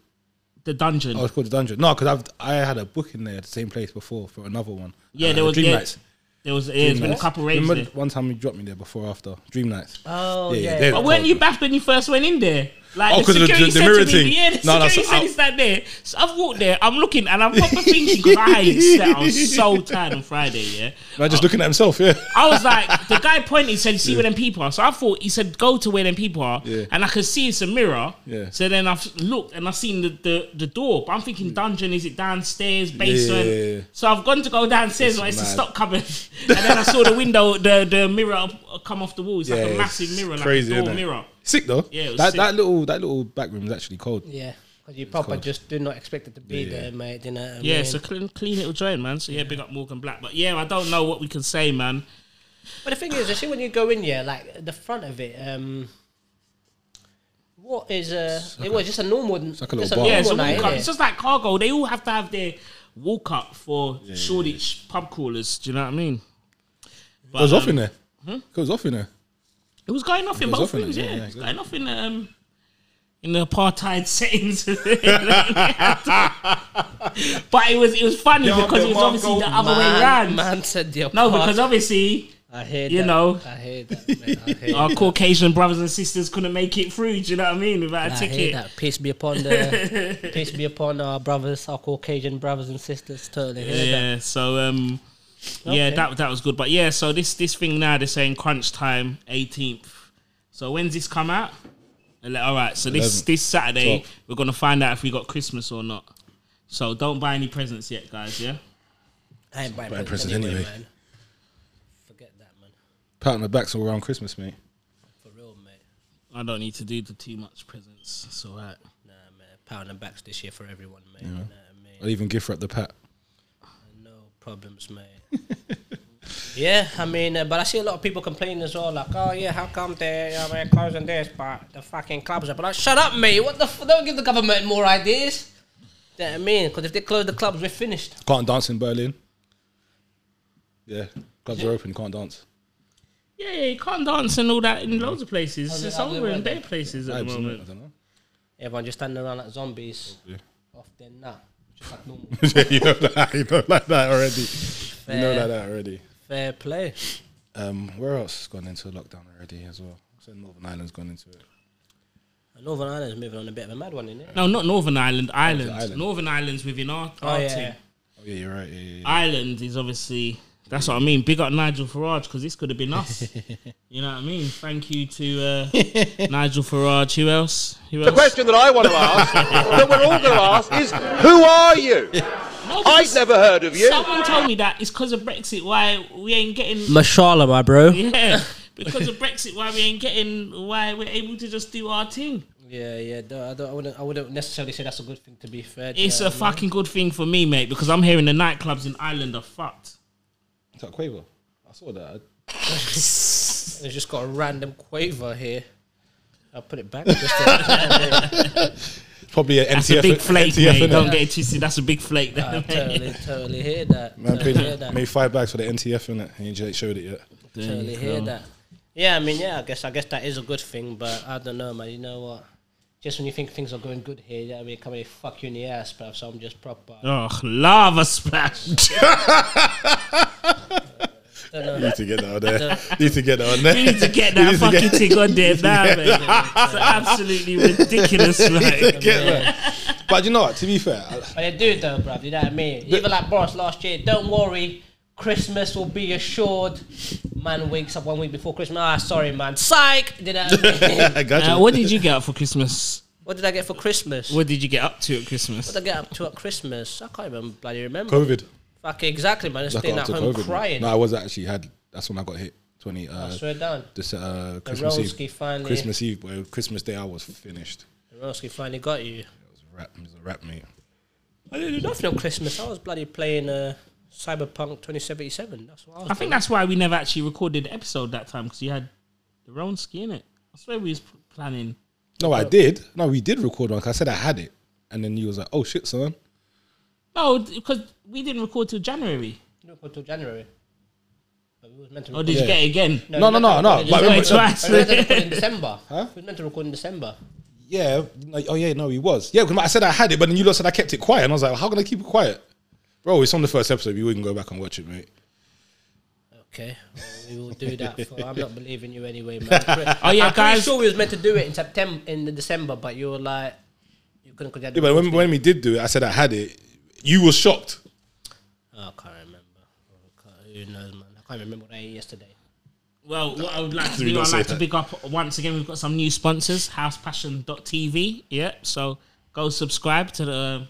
F: the dungeon.
E: Oh, it's called the dungeon. No, because I've I had a book in there at the same place before for another one.
F: yeah,
E: Uh,
F: there was
E: Dream
F: yeah,
E: Nights.
F: there was yeah, there's been a
E: Nights.
F: couple raves
E: Remember
F: there.
E: one time you dropped me there before or after Dream Nights.
D: Oh, yeah.
E: there's
F: But
E: a
F: weren't
E: cold
F: you
E: one.
F: back when you first went in there? Like
E: Oh,
F: the
E: 'cause of the-
F: security
E: the
F: said
E: mirror
F: to
E: thing.
F: me, yeah, the
E: No, no,
F: security
E: so
F: said
E: I-
F: it's that there. So I've walked there, I'm looking, and I'm proper
E: (laughs)
F: thinking because I had it set. I was so tired on Friday, yeah.
E: Man, just looking at himself. Yeah.
F: I was like, the guy pointed, said, "See where them people are." So I thought he said, "Go to where them people are,"
E: Yeah.
F: and I could see it's a mirror.
E: Yeah.
F: So then I've looked and I've seen the, the, the door, but I'm thinking dungeon. Is it downstairs, basement?
E: Mm. Yeah, yeah, yeah.
F: So I've gone to go downstairs, but it's a
E: mad. (laughs)
F: stock cupboard. (laughs) and then I saw the window, the the mirror up- come off the wall. It's
E: Yeah,
F: like a
E: it's
F: massive mirror, like
E: crazy,
F: a door
E: innit?
F: mirror.
E: (laughs) Sick though.
F: Yeah, it was
E: that
F: sick.
E: that little that little back room is actually cold.
D: Yeah, because you proper
E: cold.
D: just do not expect it to be
E: Yeah, yeah.
D: there, mate. You know what I
F: Yeah,
D: mean?
F: it's a clean, clean little joint, man. So yeah, big up Morgan Black. But yeah, I don't know what we can say, man.
D: But the thing is, I see when you go in here, like the front of it, um, what is uh, it was just a normal, it's
E: like a little
D: just
E: bar.
F: Yeah, it's a
D: normal night,
F: walk up.
D: innit?
F: It's just like cargo. They all have to have their walk up for Shoreditch pub crawlers. Do you know what I mean? But,
E: It was off
F: um,
E: in there. It was off in there.
F: It was going off in
E: was
F: both
E: off in
F: rooms.
E: it,
F: Yeah,
E: yeah, yeah,
F: it was
E: good.
F: going off in um in the apartheid (laughs) settings. but it was it was funny
B: Yo,
F: because
B: the
F: it was obviously the
B: Mongo
F: other way
D: man,
F: round.
D: man said the
F: No,
D: apart-
F: because obviously
D: I hear
F: you
D: that.
F: know.
D: I hear that. mate, I
F: (laughs)
D: hear,
F: our Caucasian brothers and sisters couldn't make it through. Do you know what I mean? Without a
D: I hear
F: ticket.
D: that. Peace be upon the, peace be upon our brothers, our Caucasian brothers and sisters. Totally hear that.
F: Yeah, so um, yeah,
D: Okay.
F: that that was good. But yeah, so this this thing now they're saying crunch time, eighteenth. So when's this come out? Ele- All right, so this
E: 11th,
F: this Saturday
E: 12th.
F: we're gonna find out if we got Christmas or not. So don't buy any presents yet, guys. Yeah,
D: I ain't buying
E: Buying
D: presents
E: presents
D: anyway,
E: anyway.
D: man. Forget that, man.
E: Pat on the backs all around Christmas, mate.
D: For real, mate.
F: I don't need to do the too much presents. It's all right.
D: Nah, man. Pound and backs this year for everyone, mate. You know what I mean?
E: I'll even gift wrap the pat.
D: No problems, mate. (laughs) yeah, I mean, uh, but I see a lot of people complaining as well, like, oh yeah, how come they're you know, they're closing this, but the fucking clubs are. But like, shut up, mate. What the? F- don't give the government more ideas. You know what I mean? Because if they close the clubs, we're finished.
E: Can't dance in Berlin. Yeah, clubs are open. Can't dance.
F: Yeah, yeah, you can't dance and all that in loads of places.
D: it-
F: It's
D: how's it
F: over in
D: work
F: bare
D: then?
F: places at the
E: Vibes, innit? I
F: moment.
E: don't know.
D: Everyone just standing around like zombies. Off their nut. Just like normal.
E: (laughs) yeah, (laughs) you know that. You know like that already. You know
D: Fair.
E: like that already.
D: Fair play.
E: Um, where else has gone into lockdown already as well? So Northern Ireland's gone into it.
D: Northern Ireland's moving on a bit of a mad one, isn't it?
F: No, not Northern Ireland. Ireland.
E: Ireland.
F: Northern Ireland's within our,
D: Oh,
F: our
D: yeah.
F: team.
E: Oh yeah, you're right. Yeah, yeah, yeah.
F: Ireland is obviously. That's what I mean. Big up Nigel Farage because this could have been us. you know what I mean? Thank you to uh, Nigel Farage. Who else? Who
I: The
F: else?
I: question that I want to
E: (laughs)
I: ask, that we're all going to ask, is who are you?
F: No,
I: I've
F: because
I: never heard of you.
F: Someone told me that it's because of Brexit. Why we ain't getting?
D: Mashallah, my bro.
F: (laughs) Yeah, because of Brexit. Why we ain't getting? Why we're able to just do our thing?
D: Yeah, yeah. no, I, don't, I wouldn't. I wouldn't necessarily say that's a good thing. To be fair,
F: It's
D: yeah,
F: a fucking good thing for me, mate, because I'm hearing the nightclubs in Ireland are fucked.
E: Is that Quaver? I saw that.
D: It's just got a random quaver here. I'll
E: (laughs)
D: put it back. just to- (laughs)
E: Probably an
F: That's
E: MTF.
F: a big flake,
E: MTF,
F: mate.
E: innit?
F: Don't get it twisted. That's a big flake. There,
D: I
I: Ah,
F: mate.
D: totally, totally hear that.
E: Man
D: totally hear
E: paid, (laughs)
D: that.
E: made five bags for the NTF in it, and you ain't showed it yet.
D: totally hear that. Yeah, I mean, yeah. I guess, I guess that is a good thing, but I don't know, man. You know what? Just when you think things are going good here, yeah, I mean, come here, fuck you in the ass, bruv. So I'm just proper.
F: Oh,
I: (laughs)
F: lava splash.
E: You need to get that on there. You need to get that on there. (laughs)
F: We need to get that fucking thing on there now, mate. It's
E: (laughs)
F: absolutely ridiculous, like.
E: Get that. But you know what? To be fair, I-
D: But they do though, bruv. You know what I mean? Even like Boris last year, don't worry, Christmas will be assured. Man wakes up one week before Christmas. Ah, sorry, man. Psych. Did I?
E: I got you.
F: Uh, what did you get up for Christmas?
D: (laughs) what did I get for Christmas? What
F: What did you get up to at Christmas?
D: did I get up to at Christmas? I can't even bloody remember.
E: COVID.
D: Fuck exactly, man. Just
E: That
D: staying
E: got
D: at
E: up to
D: home
E: COVID.
D: crying.
E: No, I was actually had. That's when I got hit. Twenty.
D: I
E: Uh,
D: swear down.
E: this uh, Christmas
D: Rolski
E: Eve.
D: finally-
E: Christmas Eve, boy. Christmas Day, I was finished.
D: Roski finally got you.
E: It was a rap. It was a rap, mate.
D: I didn't do nothing on Christmas. I was bloody playing uh, Cyberpunk 2077. That's what I was.
F: I think that's why we never actually recorded the episode that time because you had the Ronski in it. I swear we was planning.
E: No, I did. No, we did record one. 'cause I said I had it, and then you was like, "Oh shit, son."
F: No, because we didn't record till January.
D: doing until January. But we was meant to.
F: Or
D: record
F: did you
E: Yeah.
F: get it again?
E: Oh, No, no, no, no. But
D: We were
F: Wait,
E: remember,
F: twice.
D: meant to record
E: (laughs)
D: in December.
E: Huh?
D: We were meant to record in December.
E: Yeah. like, oh yeah. No, he was. Yeah. 'cause I said I had it, but then you lot said I kept it quiet, and I was like, "How can I keep it quiet?" Bro, it's on the first episode. You can go back and watch it, mate.
D: Okay, well, we will do that. For, I'm not believing you anyway, (laughs) man.
F: Oh, yeah,
D: I'm pretty
F: guys.
D: sure we was meant to do it in September, in the December, but you were like, you couldn't. Cause you had
E: Yeah, but when, when we did do it, I said I had it. You were shocked.
D: Oh, I can't remember. I can't- Who knows, man? I can't remember what I ate yesterday.
F: Well, what I would like to
E: we
F: do,
E: not
F: I'd
E: say
F: like to
E: that?
F: big up once again. We've got some new sponsors, HousePassion.tv. Yeah, so go subscribe to the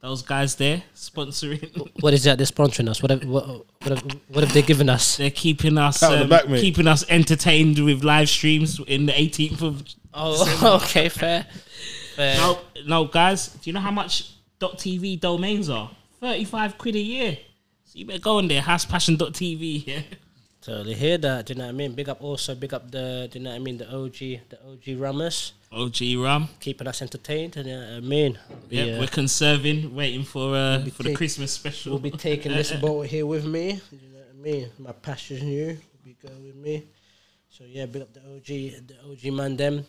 F: those guys there sponsoring.
D: What is that? They're sponsoring us. What have, what, what have, what have they given us?
F: They're keeping us
E: Pat on the
F: um,
E: back, mate.
F: keeping us entertained with live streams in the 18th of.
D: (laughs) Oh, okay, fair. fair.
F: No, no, guys, do you know how much .tv domains are? 35 quid a year. So you better go on there, housepassion.tv. Yeah.
D: Totally hear that. Do you know what I mean? Big up also. Big up the. Do you know what I mean? The OG, the OG Rummers,
F: OG Ram.
D: keeping us entertained. And you know what I mean,
F: Yeah,
D: Yeah.
F: we're conserving, waiting for uh, for the
D: take-
F: Christmas special.
D: We'll be taking
F: (laughs)
D: this boat here with me. You know what I mean? My pastor's new. Will be going with me. So yeah, big up the OG, the OG man them.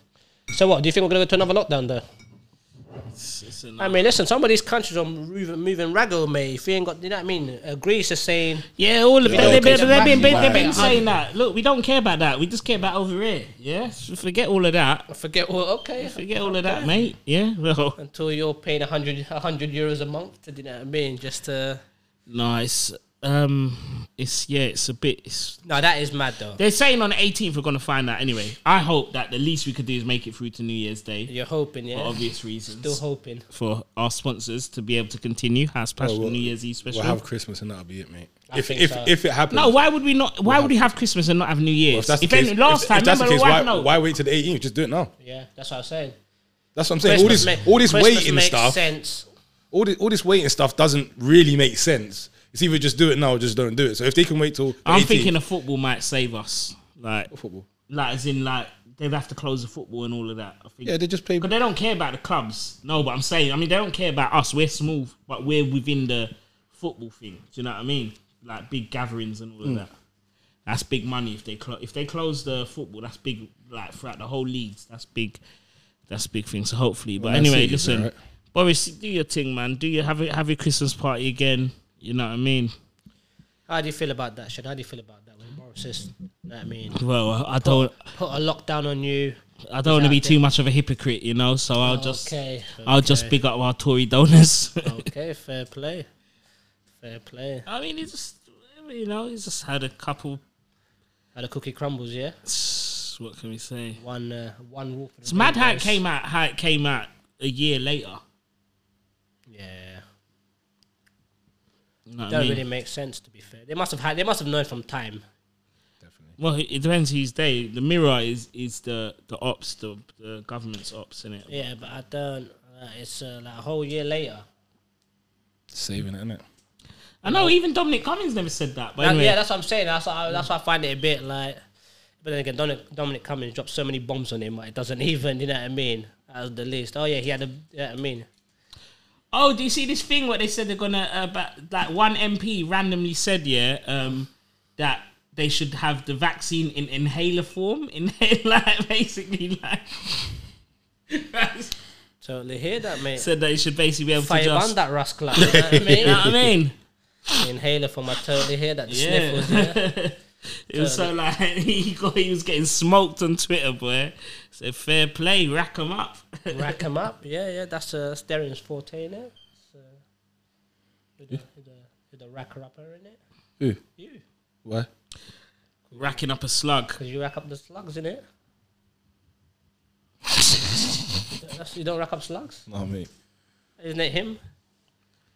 D: So what? Do you think we're gonna go to another lockdown though?
F: It's a-
D: I mean, listen, some of these countries are moving, moving raggle, mate. If you ain't got, you know what I mean? Uh, Greece is saying,
F: Yeah, all of
E: okay,
F: them. They've been,
E: so
F: they've been,
E: back-
F: they've been
D: back-
F: saying that. Look, we don't care about that. We just care about over here. Yeah, So forget all of that.
D: forget well, okay,
F: Forget all of that, mate. Yeah, well,
D: until you're paying 100, 100 euros a month. Do you know what I mean? Just to
F: nice. Um, it's yeah, it's a bit. It's,
D: no, that is mad though.
F: they're saying on the 18th we're gonna find out anyway. I hope that the least we could do is make it through to New Year's Day
D: You're hoping,
F: for
D: yeah.
F: obvious reasons.
D: Still hoping.
F: for our sponsors to be able to continue House Passion
E: Oh, we'll-
F: New Year's Eve special.
E: We'll have Christmas, and that'll be it, mate. if
D: think
E: if,
D: so.
E: if it happens,
F: no, why would we not? Why would we have Christmas and not have New
E: Well,
F: Year's?
E: if that's
F: If
E: the
F: any-
E: case,
F: last
E: if,
F: time,
E: if that's the
F: remember,
E: case,
F: why,
E: why,
F: no.
E: why wait till the 18th? Just do it now.
D: Yeah, that's what I was saying.
E: That's what I'm saying. all this,
D: ma-
E: all this
D: Christmas
E: waiting
D: makes
E: stuff,
D: sense.
E: all this, all this waiting stuff doesn't really make sense. It's either just do it now or just don't do it. So if they can wait till the
F: I'm
E: 18th
F: thinking a football might save us. Like
E: football,
F: like as in like they'd have to close the football and all of that. I think.
E: yeah, they just play.
F: Because they don't care about the clubs. No, but I'm saying, I mean, they don't care about us. We're smooth, but we're within the football thing. Do you know what I mean? Like big gatherings and all
D: Hmm.
F: of that. That's big money if they close. If they close the football, that's big. Like throughout the whole leagues, that's big. That's a big thing. So hopefully, but
E: Man
F: anyway,
E: City's
F: listen,
E: alright.
F: Boris, do your thing, man. Do your have a, have your Christmas party again. You know what I mean?
D: How do you feel about that shit? How do you feel about that? When Boris says, you know what I mean,
F: Well, I don't.
D: put a lockdown on you.
F: I don't want to be
D: Exactly.
F: too much of a hypocrite, you know. So I'll just,
D: Okay, Oh,
F: I'll just big up our Tory donors.
D: Okay, fair play. Fair play.
F: I mean, he just, you know, he's just had a couple. (sniffs)
D: How the cookie crumbles, yeah?
F: What can we say?
D: One uh, one rule for the
F: It's mad how
D: Rainbows.
F: it came out. How it came out a year later.
D: Yeah.
F: You know what I
D: Don't
F: mean?
D: really make sense to be fair. They must have had they must have known from time.
F: Well, it it depends whose day. The mirror is is the the ops, the, the government's ops, in it.
D: Yeah, but I don't uh, it's uh, like a whole year later.
E: Saving it, innit?
F: I know. Even Dominic Cummings never said that. But
D: That-
F: anyway,
D: yeah, that's what I'm saying. That's why I, that's why I find it a bit like. But then again, Dominic, Dominic Cummings dropped so many bombs on him, like, it doesn't (laughs) even, you know what I mean? As the least. Oh yeah, he had a, you know what I mean?
F: Oh, do you see this thing where they said they're gonna uh, ba- like one MP randomly said yeah um, that they should have the vaccine in inhaler form (laughs) in like basically like
D: Totally hear that, mate.
F: said they should basically be able
D: Fire
F: to just
D: on that rascal, (laughs) you know what I
F: you know what I
D: mean?
F: mean
D: Inhaler for my totally hear that. The
F: yeah.
D: sniffles, yeah.
F: (laughs) it was so like (laughs) he got he was getting smoked on Twitter boy said fair play rack 'em up (laughs)
D: Rack 'em up. Yeah, yeah, that's uh, that's Darren's forte in it. So, with, the, with, the, with the racker upper in it.
E: Who?
D: You.
E: Why?
F: racking up a slug
D: Because you rack up the slugs in
F: (laughs)
D: it. that's, you don't rack up slugs?
E: No, mate.
D: Isn't it him?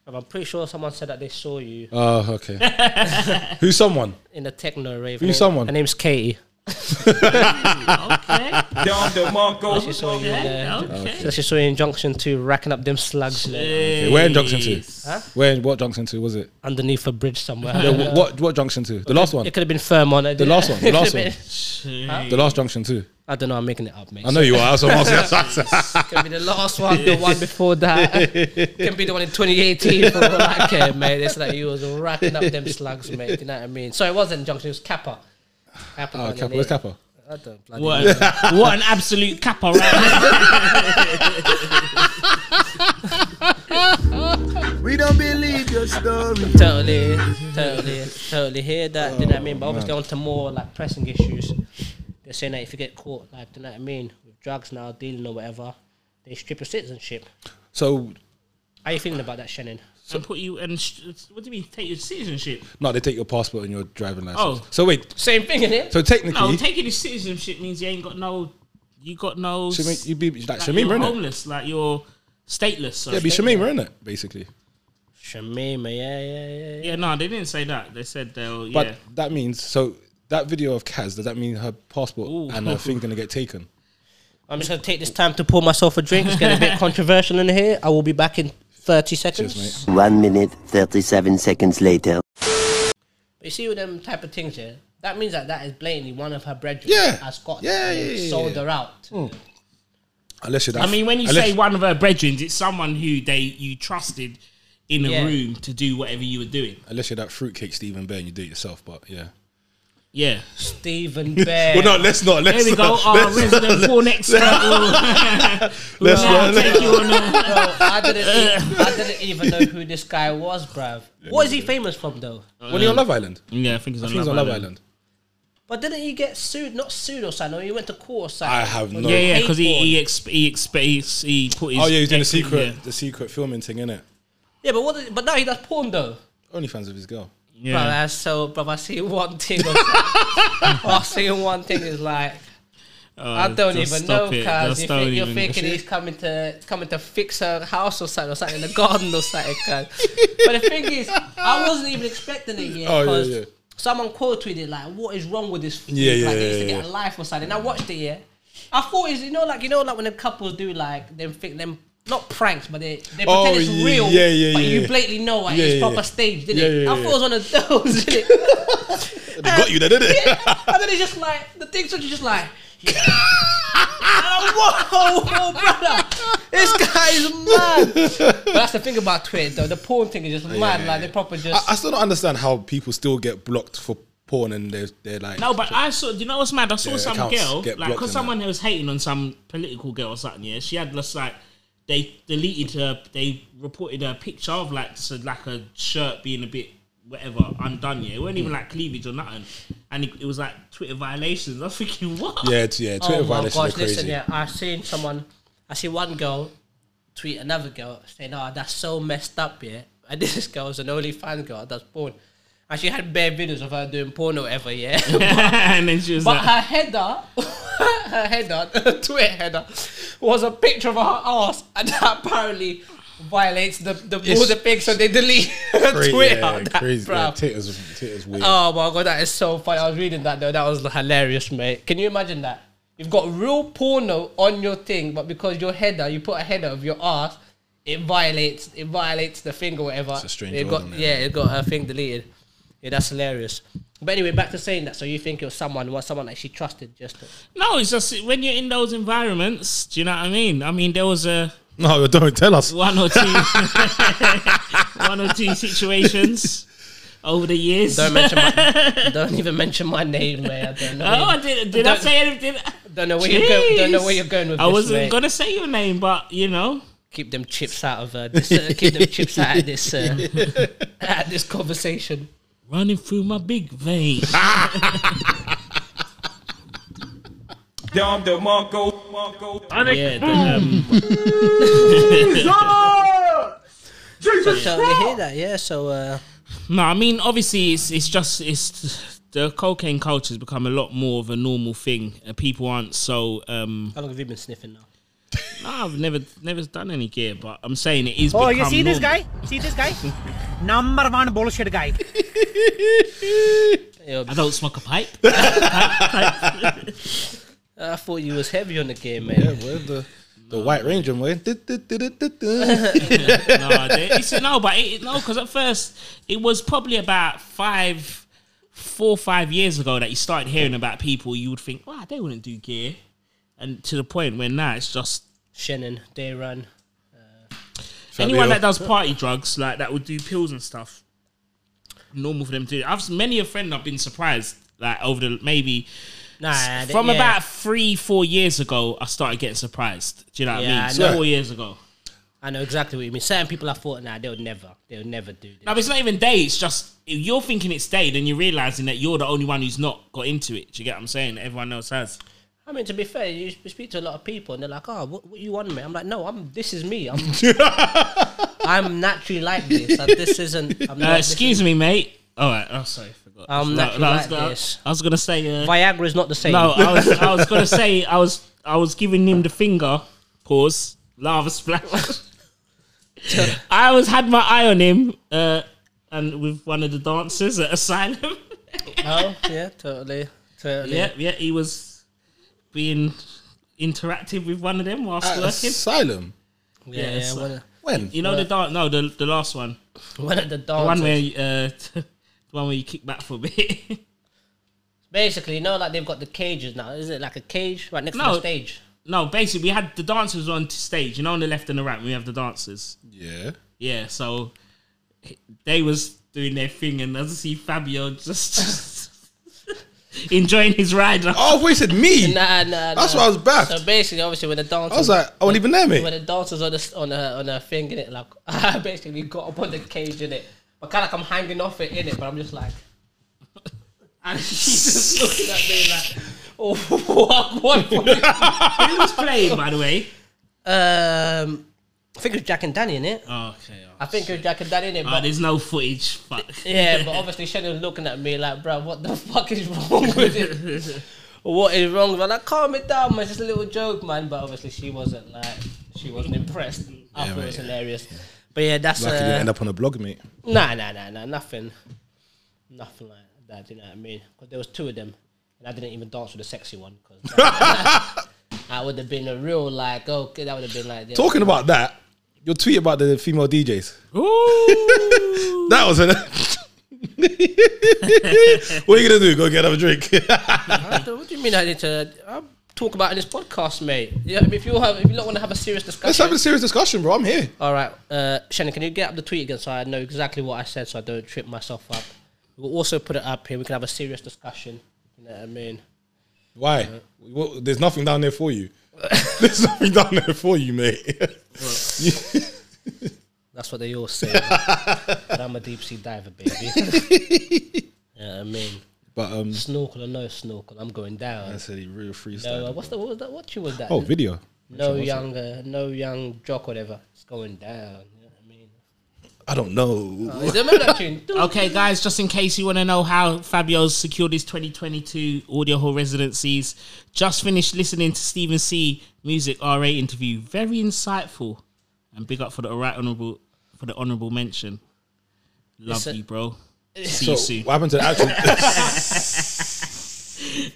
D: Um, I'm pretty sure someone said that they saw you
E: Oh, okay. (laughs) Who's someone?
D: in a techno rave.
E: Who's someone?
D: Her name's Katie.
F: okay
B: Dom DeMarco.
D: She saw you in there.
F: Oh, okay
D: So she saw you in Junction 2 racking up them slugs like,
E: Okay, where in Junction Two?
F: Jeez.
E: Where? in What Junction Two was it?
D: underneath a bridge somewhere.
E: Yeah,
F: Uh,
E: wh- what? What Junction Two? The last one.
D: It could have been firm on it.
E: The last one. The last one.
F: Jeez.
E: The last Junction Two.
D: I don't know, I'm making it up, mate.
E: I know you are. That's what I'm
F: (laughs)
E: asking. Ah,
D: Can be the last one,
E: (laughs)
D: the one before that. Can be the one in 2018. For all I care, mate. It's like you was racking up them slugs, mate. You know what I mean? So it wasn't Junction. It was Kappa. Kappa.
E: Oh,
D: down
E: Kappa.
D: there.
E: Where's Kappa?
D: I don't bloody
F: What,
E: (laughs)
F: an- what an absolute capper, right?
C: We don't believe your story.
D: totally, totally, totally hear that. do you know what I mean? But obviously, onto more like pressing issues. They're saying that if you get caught, like, do you know what I mean, with drugs now, dealing or whatever, they strip your citizenship.
E: So
D: How you feeling about that, Shannon?
F: and put you and sh- what do you mean? Take your citizenship?
E: no, they take your passport and your driving license.
F: Oh.
E: So wait.
D: Same thing, innit?
E: So technically,
F: No, taking your citizenship means you ain't got no, you got no.
E: Shame-
F: s-
E: you'd be like
F: like
E: Shamim,
F: you're
E: innit?
F: homeless, like you're stateless. Sorry.
E: Yeah, be Shamim, innit? Basically.
D: Shamima, yeah, yeah, yeah.
F: Yeah, no, they didn't say that. They said they'll.
E: But
F: yeah,
E: that means so that video of Kaz. Does that mean her passport
F: Ooh.
E: and her thing gonna get taken?
D: I'm just gonna take this time to pour myself a drink. It's getting
E: (laughs)
D: a bit controversial in here. I will be back in 30 seconds.
E: Cheers,
J: One minute, 37 seconds later.
D: But you see with them type of things, yeah. That means that that is blatantly one of her brethren
E: Yeah.
D: has got
E: Yeah,
D: and
E: yeah,
D: they've
E: yeah, yeah.
D: sold
E: Hmm.
D: her out.
E: Unless you're. That
F: I mean, when you
E: unless-
F: say one of her brethren, it's someone who they you trusted in a
D: Yeah.
F: room to do whatever you were doing.
E: unless you're that fruitcake Stephen Bear and you do it yourself, but yeah.
F: Yeah,
E: (laughs)
D: Stephen Bear.
E: Well, no, let's not. Let's
F: there we go. Oh,
E: not.
D: Oh,
F: Our resident porn expert will,
D: (laughs)
F: will
E: Let's
F: now
D: uh,
E: not-
F: take you on. A,
D: Bro, I didn't, e- I didn't even know who this guy was, bruv. What is he famous from, though?
E: When you're on Love Island,
F: yeah, I think it's on,
E: I think it's
F: Love,
E: on Love
F: Island.
E: Island.
D: But didn't he get sued? Not sued or something. or He went to court or something.
E: I have no.
F: Yeah, yeah,
D: hate
F: because he
D: porn.
F: he, exp- he, exp- he, s- he put his
E: Oh yeah, he's doing the
F: dick in
E: secret,
F: there.
E: the secret filming thing, innit?
D: Yeah, but what? Did, but now he does porn, though.
E: Only fans of his girl.
F: Yeah.
D: Bruv, that's so, bruv, I see one thing. Of, (laughs) I see one thing is like, I don't
F: Oh, just
D: even know,
F: stop it.
D: cause
F: Just
D: you
F: don't
D: think you're
F: even-
E: (laughs)
D: thinking he's coming to coming to fix her house or something, or something in the garden or something. Cause. But the thing is, I wasn't even expecting it yet.
E: Oh, yeah,
D: 'cause
E: yeah.
D: Someone quote tweeted like, "What is wrong with this? food?
E: Yeah, yeah,
D: like, they
E: yeah,
D: used to get
E: yeah.
D: a life or something." And I watched it. Yeah, I thought it's you know like you know like when the couples do like them think them. Not pranks, but they, they pretend
E: Oh,
D: it's
E: yeah,
D: real,
E: yeah, yeah,
D: but
E: yeah,
D: you
E: yeah.
D: blatantly know like,
E: Yeah,
D: it's
E: yeah,
D: proper
E: yeah.
D: staged, didn't
E: Yeah,
D: it?
E: yeah,
D: I
E: yeah.
D: thought it was one of (laughs) those, didn't it?
E: They got you there, didn't it? (laughs)
D: And then it's just like the things are just like yeah. (laughs) And I'm, whoa, whoa, (laughs) brother. This guy is mad. But that's the thing about Twitter though. The porn thing is just mad. Like they proper just
E: I, I still don't understand how people still get blocked for porn and they're, they're like.
F: No, but I saw. Do you know what's mad? I saw
E: Yeah,
F: some
E: accounts
F: girl,
E: get
F: like,
E: blocked
F: because
E: and that.
F: someone was hating on some political girl or something. Yeah, she had just like they deleted her. They reported her picture of like so, like a shirt being a bit whatever undone. Yeah, it wasn't
E: Hmm.
F: even like cleavage or nothing, and it, it was like Twitter violations. I'm thinking what?
E: Yeah, it's- yeah. Twitter
D: oh my
E: violations are
D: gosh,
E: crazy.
D: listen, yeah, I seen someone, I see one girl tweet another girl saying, "Oh, that's so messed up, yeah." And (laughs) this girl was an OnlyFans girl that's porn, and she had bare videos of her doing porn or whatever, yeah.
F: (laughs)
E: (laughs)
F: and then she was
D: but
F: like,
D: her header, (laughs) her header, (laughs) Twitter header, was a picture of her ass, and that apparently violates the the all the pics, so they delete (laughs)
E: Cra- yeah,
D: Twitter. (laughs) that,
E: crazy.
D: bruv.
E: Yeah, titter's, titter's weird.
D: Oh my god, that is so funny. I was reading that though. That was hilarious, mate. Can you imagine that? You've got real porno on your thing, but because your header, you put a header of your ass, it violates it violates the thing or whatever.
E: a strange
D: it
E: world,
D: got
E: isn't it?
D: yeah, it got a thing deleted. Yeah, that's hilarious. But anyway, back to saying that. So you think it was someone, was someone that she trusted? Just to,
F: no, it's just when you're in those environments. Do you know what I mean? I mean, there was a
E: no, (laughs) don't tell us.
F: one or two, (laughs) one or two situations over the years.
D: don't mention, my, don't even mention my name, mate. I don't know.
F: Oh, I did, did I
D: Don't-
F: say anything?
D: Don't know (laughs) where you're going. Don't know where you're going with
F: I
D: this,
F: wasn't
D: mate.
F: gonna say your name, but you know,
D: keep them chips out of uh, this. Uh, keep
F: (laughs)
D: them chips out of this. Uh, (laughs) at this conversation.
F: running through my big vein.
D: (laughs)
B: Dom the Monko, Monko.
F: yeah, the, um,
D: So you hear that, yeah? So uh,
F: no, I mean, obviously, it's it's just it's the cocaine culture has become a lot more of a normal thing. and people aren't so. um
D: how long have you been sniffing now?
F: no, I've never never done any gear, but I'm saying it is.
H: Oh, you
F: become
H: see this
F: normal.
H: guy? See this guy? Number one bullshit guy.
F: I don't smoke a pipe.
D: Uh, I thought you was heavy on the game,
E: Yeah,
D: man.
E: boy, the, the White Ranger, boy. Du-du-du-du-du-du.
F: no, they- it's, no, but it, no, because at first it was probably about five, four, five years ago that you started hearing about people. You would think, wow, they wouldn't do gear, and to the point where now it's just
D: Shannon, they run.
F: anyone that does party drugs, like that would do pills and stuff. Normal for them to do. I've many a friend I've been surprised like over the maybe
D: Nah,
F: from about three, four years ago, I started getting surprised. Do you know what
D: Yeah, I
F: I mean?
D: know.
F: Four years ago.
D: I know exactly what you mean. Certain people I thought, nah, they'll never, they'll never do this.
F: No, but it's not even day. It's just if you're thinking it's day, then you're realizing that you're the only one who's not got into it. Do you get what I'm saying? Everyone else has.
D: I mean, to be fair, you speak to a lot of people, and they're like, "Oh, what, what you on, mate?" I'm like, "No, I'm. This is
F: (laughs)
D: me. I'm. I'm naturally like this. Like, this isn't.
F: (laughs)
D: I'm
F: Uh,
D: not,
F: excuse me, mate. All right. Oh, sorry, I forgot.
D: I'm
F: No,
D: naturally
F: no, I was
D: like
F: gonna-
D: this.
F: I was gonna say. Uh,
D: Viagra is not the same.
F: no, I was. I was gonna say. I was. I was giving him the finger. Pause.
D: (laughs)
F: Lava splash. I was had my eye on him, uh, and with one of the dancers at (laughs) Asylum.
D: Oh, yeah, totally, totally.
F: yeah, yeah, he was being interactive with one of them whilst
E: At
F: working.
E: Asylum.
D: yeah,
F: yeah,
D: yeah.
F: so-
D: one, of,
E: When?
F: You know the dark? No, the the last one,
D: one of the
F: the
D: dancers.
F: one where you, uh, (laughs) the one where you kick back for a bit. (laughs)
D: Basically, you know, like they've got the cages now. Is it like a cage right next to
F: No.
D: the stage?
F: no, basically we had the dancers on stage. You know, on the left and the right, we have the dancers.
E: Yeah.
F: Yeah, so they was doing their thing, and as I see Fabio just. (laughs) Enjoying his ride. (laughs) Like,
E: Oh, we said me.
D: Nah, nah.
E: That's
D: nah.
E: why I was baffed.
D: So basically, obviously, when the dancers,
E: I was like, I wasn't even there,
D: when
E: mate.
D: the dancers on the on a on a thing in it, like (laughs) I basically got up on the cage in it, but kind of like I'm hanging off it in it, but I'm just like, (laughs) and she's just looking at me like, (laughs) oh, what, what?
E: (laughs)
D: what?
F: Who was playing, by the way?
D: um, I think it was Jack and Danny in it.
F: Okay.
D: I think it was Jack and Danny in it,
F: Oh,
D: but
F: there's no footage. Fuck.
D: Yeah, but obviously Shannon was looking at me like, bro, what the fuck is wrong
E: (laughs)
D: with it? what is wrong? I'm like, calm it down, man. It's just a little joke, man. But obviously she wasn't like, she wasn't impressed. I thought it was hilarious. But yeah, that's
E: Lucky you didn't
D: uh,
E: end up on a blog, mate.
D: nah, nah, nah, nah, nothing, nothing like that. You know what I mean? Because there was two of them, and I didn't even dance with the sexy one. Cause
E: (laughs)
D: that- that would have been a real like, okay, that would have been like yeah,
E: Talking about that, your tweet about the female DJs.
F: Ooh.
E: That was it. (laughs) what are you gonna do? Go get another drink.
D: I don't- what do you mean I need to? I talk about in this podcast, mate. Yeah, if you have, if you don't want to have a serious discussion,
E: (laughs) Let's have a serious discussion, bro. I'm here.
D: All right, uh, Shannon, can you get up the tweet again so I know exactly what I said so I don't trip myself up? We'll also put it up here. We can have a serious discussion. You know what I mean?
E: Why? What, there's nothing down there for you. (laughs) there's nothing down there for you, mate. (laughs)
D: That's what they all
E: (laughs)
D: say. but I'm a deep sea diver, baby. you know what I mean?
E: but um,
D: Snorkel or no snorkel, I'm going down.
E: that's a real freestyle.
D: No, uh, what's the what was that? What tune was that?
E: oh, video.
D: no younger, no young jock, whatever. It's going down. You know what I mean?
E: I don't know.
D: Oh, you don't remember that
E: (laughs)
D: tune?
F: Okay, guys, just in case you want to know how Fabio's secured his 2022 Audio Hall residencies, just finished listening to Stephen C. Music RA interview. Very insightful. And big up for the all right honourable for the honourable mention. Love
D: Listen-
E: (laughs)
F: you, bro. See
E: So,
F: you soon.
E: what happened to the (laughs) actual?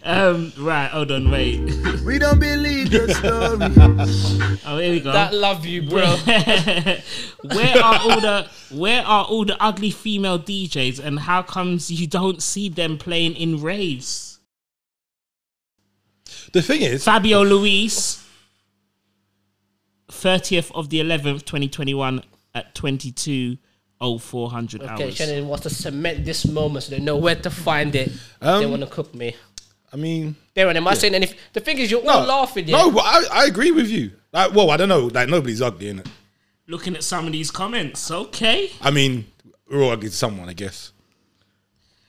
F: Um, right, hold on, wait. (laughs)
C: We don't believe your story.
F: Oh, here we
E: (laughs)
F: go.
D: That love you, bro.
F: (laughs) where are all the where are all the ugly female DJs and how comes you don't see them playing in raves?
E: the thing is,
F: Fabio Luis, 30th of the 11th, 2021 at
D: (laughs)
F: 22.0400
D: okay,
F: hours.
D: Shannon wants to cement this moment so they know where to find it. they
E: Um,
D: want to cook me.
E: I mean, uh,
D: Darren, am I saying anything? The thing is, you're all laughing. Yeah?
E: No, but I, I agree with you. Like, well, I don't know. Like, nobody's ugly, innit?
F: Looking at some of these comments, okay.
E: I mean, we're all ugly to someone, I guess.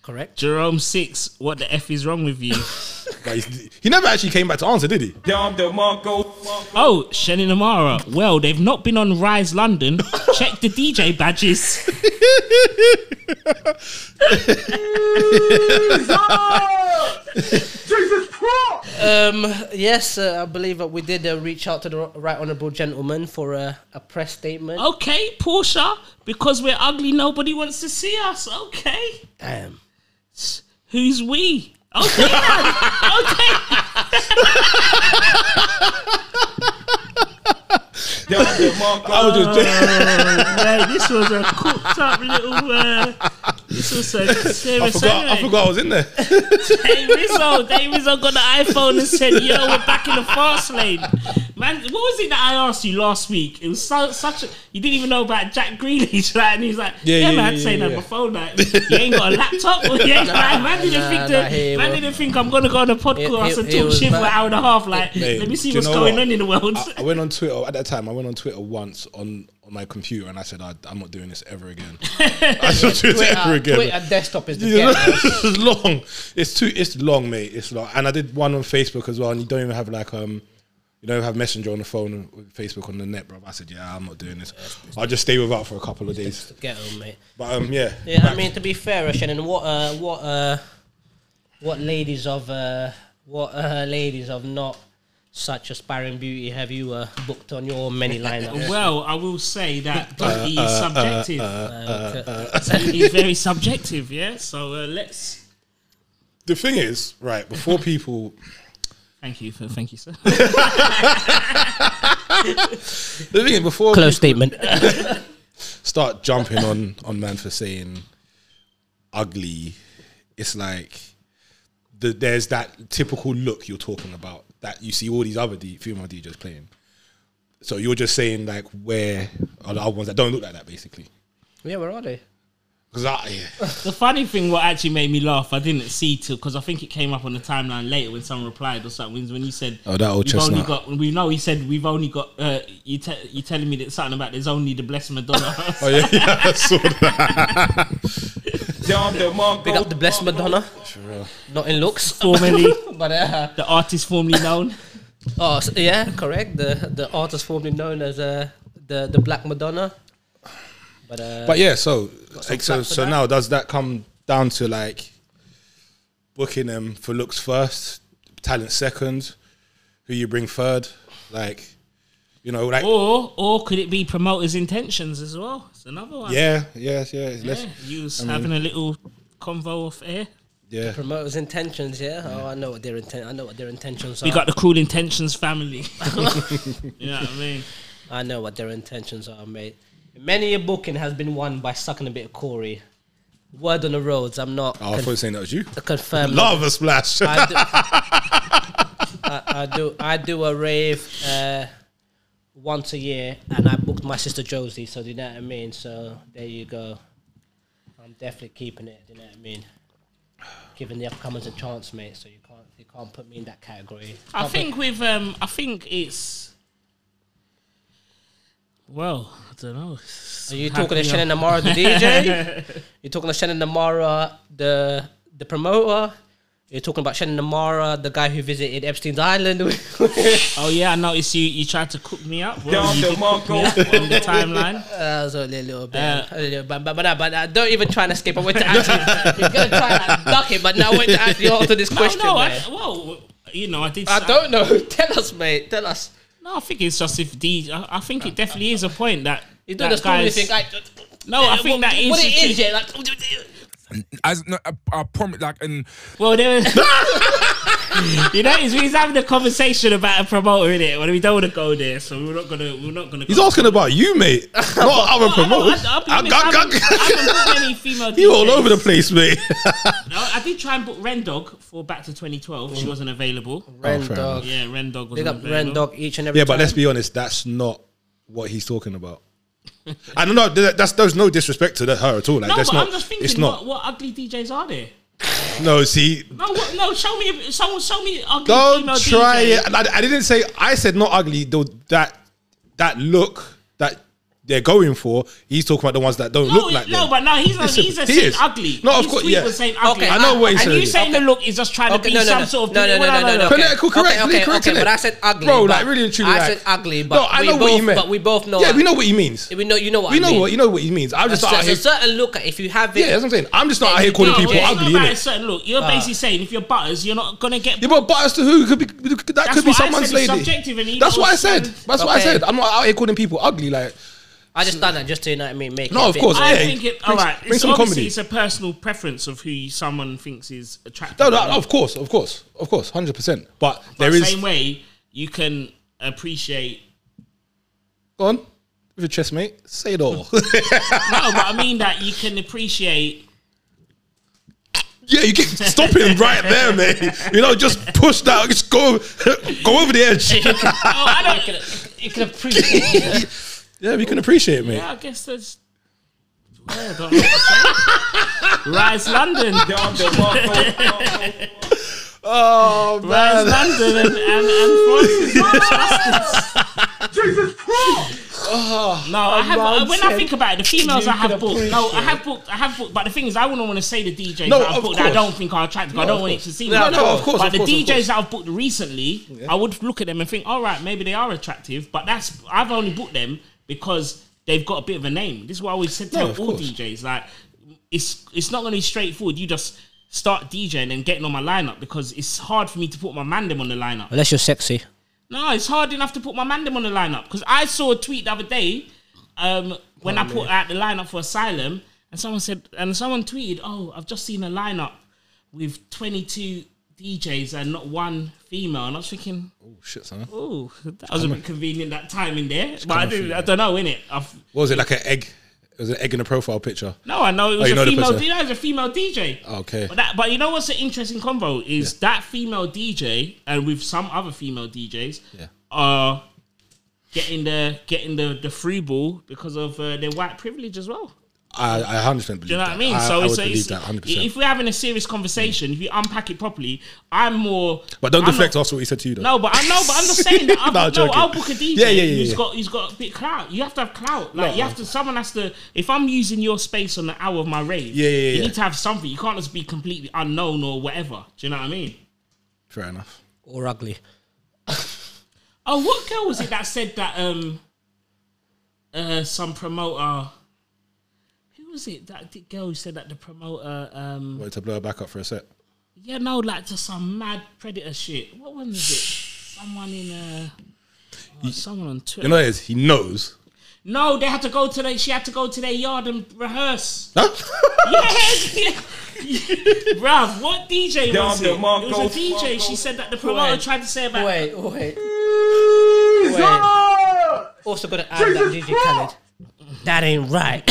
D: correct.
F: Jerome 6, what the F is wrong with you?
E: But he's, he never actually came back to answer, did he?
B: Dom the Monko.
F: oh, Shannon Amara, well, they've not been on Rise London. Check the DJ badges.
D: Um, yes, uh, I believe that we did uh, reach out to the right honourable gentleman for uh, a press statement.
E: Oh.
F: Okay, Portia, because we're ugly, nobody wants to see us. Okay.
E: (laughs)
D: Damn.
F: Who's we? Okay, then. okay.
B: Dom the Monko.
E: I was
F: Uh,
E: just,
F: Oh, Mate, this was a cooked up little. Uh, this was a
E: I
F: serious.
E: forgot, I
F: anyway.
E: forgot I was in there.
F: Hey Rizzo, Dave Rizzo got the iPhone and said, "Yo, we're back in the fast lane." Man, what was it that I asked you last week? It was so, such a you didn't even know about Jack Grealish, (laughs) right? And he's like, "Yeah,
E: Yeah, yeah,
F: man, I'd
E: yeah,
F: say
E: yeah,
F: that
E: yeah.
F: before that. You ain't got a laptop, (laughs) you ain't like, man didn't
D: nah,
F: think
D: nah,
F: that,
D: here,
F: man
D: bro.
F: didn't think I'm gonna go on a podcast
D: It- it-
F: and
D: it
F: talk
D: was
F: shit for an
D: bad.
F: hour and a half. Like,
E: Mate,
F: let me see
E: do you
F: what's
E: know
F: going
E: what?
F: on in the world." (laughs)
E: I, I went on Twitter at that time. I went on Twitter once on, on my computer, and I said, I, "I'm not doing this ever
F: (laughs)
E: again. I'm not doing this
F: uh,
E: ever
D: Twitter,
E: again." (laughs)
D: Twitter desktop is the
E: You know, (laughs)
D: yeah.
E: it's long. It's too. It's long, mate. It's long. And I did one on Facebook as well. And you don't even have like um, you don't have Messenger on the phone, or Facebook on the net, bro. I said, yeah, I'm not doing this. I'll just stay without for a couple of days.
D: ghetto, mate.
E: But um, yeah.
D: Yeah, I mean to be fair, uh, Shannon, what uh, what uh, what ladies of uh, what uh, ladies of not such aspiring beauty have you uh, booked on your
E: (laughs)
D: many lineups?
F: Well, I will say that Dougie is subjective.
D: Uh,
F: He's very subjective, yeah. So uh, let's.
E: The thing is, right before people,
F: Thank you for thank you, sir.
E: the thing is before
D: Close statement.
E: start jumping on on man for saying ugly. It's like the, there's that typical look you're talking about that you see all these other D, female DJs playing. So you're just saying like where are the other ones that don't look like that basically?
D: (laughs) yeah, where are they?
E: Because I yeah.
F: (laughs) the funny thing, what actually made me laugh, I didn't see till because I think it came up on the timeline later when someone replied or something. was When you said,
E: Oh, that old
F: we've only
E: chestnut.
F: got, we know he said we've only got. Uh, you te- you telling me that something about there's only the blessed Madonna.
E: (laughs) (laughs)
F: (laughs)
E: oh yeah, yeah I saw that.
B: Dom the Monko.
D: Big up the blessed Madonna. Not in looks,
F: Formerly,
D: but uh,
F: the artist formerly known.
D: oh s- yeah, correct. The the artist formerly known as uh, the the Black Madonna. But, uh,
E: But yeah, so like,
D: clap
E: so,
D: for
E: so
D: that.
E: now does that come down to like booking them for looks first, talent second, who you bring third, like you know like
F: Or or could it be promoters' intentions as well? It's another one.
E: Yeah, yes, yeah. It's less,
F: yeah. You was having a little convo off air.
E: yeah.
D: promoters' intentions, yeah. Oh, I know what their inten- I know what their intentions
F: We
D: are.
F: got the cruel intentions family. (laughs) you know what I mean?
D: I know what their intentions are, mate. Many a booking has been won by sucking a bit of Corey. Word on the roads, I'm not
E: Oh, I
D: con-
E: thought you were saying that was you.
D: confirmed.
E: Lava splash.
D: I do, I, I do I do a rave uh, once a year, and I booked my sister Josie. So do you know what I mean? So there you go. I'm definitely keeping it. Do you know what I mean? Giving the upcomers a chance, mate. So you can't you can't put me in that category.
F: I
D: Can't
F: think with um, I think it's. Well, I don't know.
D: put- Are you talking to Shannon Namara, the
F: (laughs)
D: DJ? You're talking to Shannon Namara, the the promoter. You're talking about Shannon Namara, the guy who visited Epstein's Island.
F: Oh yeah, I noticed you. You tried to cook me up. Well,
B: Down
F: you
B: the
F: did cook me (laughs) up on the timeline.
D: Uh, so a little bit,
F: Uh,
D: a little, but but but, uh, but uh, don't even try and escape. I went to actually,
F: (laughs)
D: he's gonna try and like, duck it, but now I went to actually answer this (laughs)
F: No,
D: question.
F: no, I,
D: man.
F: well, you know, I did.
D: I, don't know. (laughs) Tell us, mate. Tell us.
F: No, I think it's just if the. I I think it definitely is a point that.
D: You do
F: that
D: the story
F: guy's-
D: thing. Like,
F: No, I
D: what,
F: think that is
D: what it is.
F: institu-
D: Yeah, like
B: As no, I, I promise, like, and
F: Well, there was. (laughs) You know, he's, he's having a conversation about a promoter in it. Well, we don't want to go there, so we're not gonna. We're not gonna.
E: He's
F: go
E: asking about you,
F: (laughs)
E: mate. Not other
F: I know,
E: promoters.
F: I'll be
E: Ah,
F: honest,
E: gug,
F: I haven't-
E: gug.
F: I haven't booked many female
E: (laughs) You all
F: DJs.
E: over the place,
F: (laughs)
E: mate.
F: No, I did try and book Rendog for back to 2012. She wasn't available.
D: Ren
E: fair
D: dog.
F: Yeah, Rendog was
D: Big up
F: available.
D: Ren dog each and every.
E: yeah, but
D: time.
E: let's be honest. That's not what he's talking about. I don't know. that- That's there's no disrespect to the- her at all. Like
F: No,
E: that's
F: but
E: not.
F: I'm just
E: it's
F: thinking,
E: not.
F: what, what ugly DJs are there?
E: No, see.
F: No, what, no, show me, someone show me ugly female
E: Don't try
F: DJ.
E: it. I, I didn't say. I said not ugly. Though that that look that they're going for. He's talking about the ones that don't
F: No,
E: look like
F: no,
E: them.
F: but no, he's not,
E: Listen,
F: he's a
E: he
F: saying
E: is.
F: ugly.
E: No, of
F: His
E: course,
F: tweet
E: yeah.
F: was saying ugly.
D: Okay, I know
E: what he's
F: and you
E: saying.
F: saying the look is just trying to
D: Okay,
F: be
D: no, no,
F: some
D: no,
F: sort of
D: no, no, no, no, no, no.
E: Connect,
D: Okay,
E: correctly,
D: okay,
E: correctly.
D: okay, but I said ugly,
E: bro.
D: but
E: Like really and truly.
D: I
E: like-
D: said ugly, but we both- but we both know
E: Yeah,
D: what-
E: we know what he means.
D: We know. You know what.
E: We
D: I
E: know
D: mean.
E: what you know what he means. I'm just
D: So,
E: out
D: so
E: here.
D: certain look. If you have it,
E: Yeah, that's what I'm saying. I'm just not out here calling
F: no,
E: people
F: it's
E: ugly,
F: not about a
E: innit?
F: certain look. You're
D: Ah.
F: basically saying if you're butters, you're not gonna get.
E: Yeah, but bias to who? Could be that could be
F: what I
E: someone's
F: said, it's
E: lady.
F: subjective and you
E: That's what I said.
F: understand.
E: That's what I
D: Okay.
E: said. I'm not out here calling people ugly. Like,
D: I just done that just to you know what I mean. Make
E: No,
D: it a
E: of
D: bit-
E: course.
F: I
E: Yeah,
F: think it.
E: eh? bring
F: all
E: some-
F: right,
E: bring
F: it's
E: some
F: obviously
E: comedy.
F: it's a personal preference of who someone thinks is attractive.
E: no, no, of course, of course, of course, hundred percent. But there
F: the
E: is
F: same way you can appreciate.
E: go on with your chest, mate. Say it all. (laughs)
F: No, but I mean that you can appreciate.
E: yeah, you can stop him right there, mate. You know, just push that. Just go, (laughs) go over the
D: (laughs)
E: edge.
F: Oh, I don't.
D: You can- You can appreciate.
E: yeah, we can appreciate, mate.
F: Yeah, I guess there's. Yeah, I don't know what to
D: (laughs)
F: say. Rise London,
B: down the Monco,
E: Oh man,
F: Rise London, and and, and Francis.
C: (laughs) Jesus Christ!
F: No, I have, uh, when I
E: nonsense.
F: think about it, the females
E: You
F: I have
E: can
F: booked. No,
E: appreciate
F: I have booked. I have booked. But the thing is, I wouldn't want to say the DJs
E: No,
F: that I've
E: of
F: booked that I
E: course.
F: don't think are attractive. I
E: of
F: don't want it
E: course.
F: to seem.
E: No,
F: like
E: no,
F: that.
E: of course,
F: But
E: of
F: the
E: course, of
F: DJs
E: course.
F: that I've booked recently, I would look at them and think, all right, maybe they are attractive. But that's I've only booked them because they've got a bit of a name. This is what I always said to
E: No,
F: all
E: of course.
F: DJs. Like, it's it's not going to be straightforward. You just start DJing and getting on my lineup because it's hard for me to put my man them on the lineup.
D: Unless you're sexy.
F: No, it's hard enough to put my man them on the lineup because I saw a tweet the other day um, when I put out the lineup for Asylum, and someone said, and someone tweeted, "Oh, I've just seen a lineup with 22 DJs and not one female," and I was thinking,
E: oh shit, son. What
F: "Oh, that was a bit convenient that time in there." But I, do, I don't know, innit? I've,
E: was it like? An egg? It was an egg in a profile picture.
F: no, I know it was
E: Oh, you know
F: a
E: the
F: female.
E: person. Oh,
F: You know, it was a female DJ.
E: Okay.
F: But, that, but you know what's an interesting convo is that female DJ and with some other female DJs
E: Yeah.
F: are getting the getting the the free ball because of uh, their white privilege as well.
E: I, I 100% believe
F: Do you know
E: that.
F: what I mean?
E: I,
F: so
E: I would
F: it's,
E: believe
F: it's,
E: that 100%.
F: if we're having a serious conversation, if you unpack it properly, I'm more.
E: but don't
F: I'm
E: deflect
F: not-
E: off what he said to you, though.
F: No, but I know, but I'm just saying
E: (laughs)
F: that. I'll,
E: Nah,
F: no,
E: joking.
F: I'll book a DJ
E: Yeah, yeah, yeah,
F: who's
E: yeah.
F: got who's got a bit clout. You have to have clout. Like
E: No,
F: you have to. Someone has to. If I'm using your space on the hour of my rave,
E: Yeah, yeah,
F: you
E: yeah.
F: need to have something. You can't just be completely unknown or whatever. Do you know what I mean?
E: Fair enough.
D: or ugly.
F: Oh, what girl was it that said that? Um, uh, some promoter. Who was it? That d- girl who said that the promoter. Um,
E: Wanted to blow her back up for a sec.
F: yeah, no, like just some mad predator shit. What one was it? Someone in uh, oh, someone on Twitter.
E: You know what it is? He knows. (laughs)
F: no, they had to go to the. She had to go to their yard and rehearse.
E: Huh?
F: Yes, yeah. (laughs) Bruv, what DJ
B: Down
F: was
B: the
F: it? It was
B: Marcos,
F: a DJ. She said that the promoter
D: Wait.
F: tried to say about.
D: Wait, wait. wait. Also gotta add that DJ Khaled. That ain't
F: (laughs)
D: right.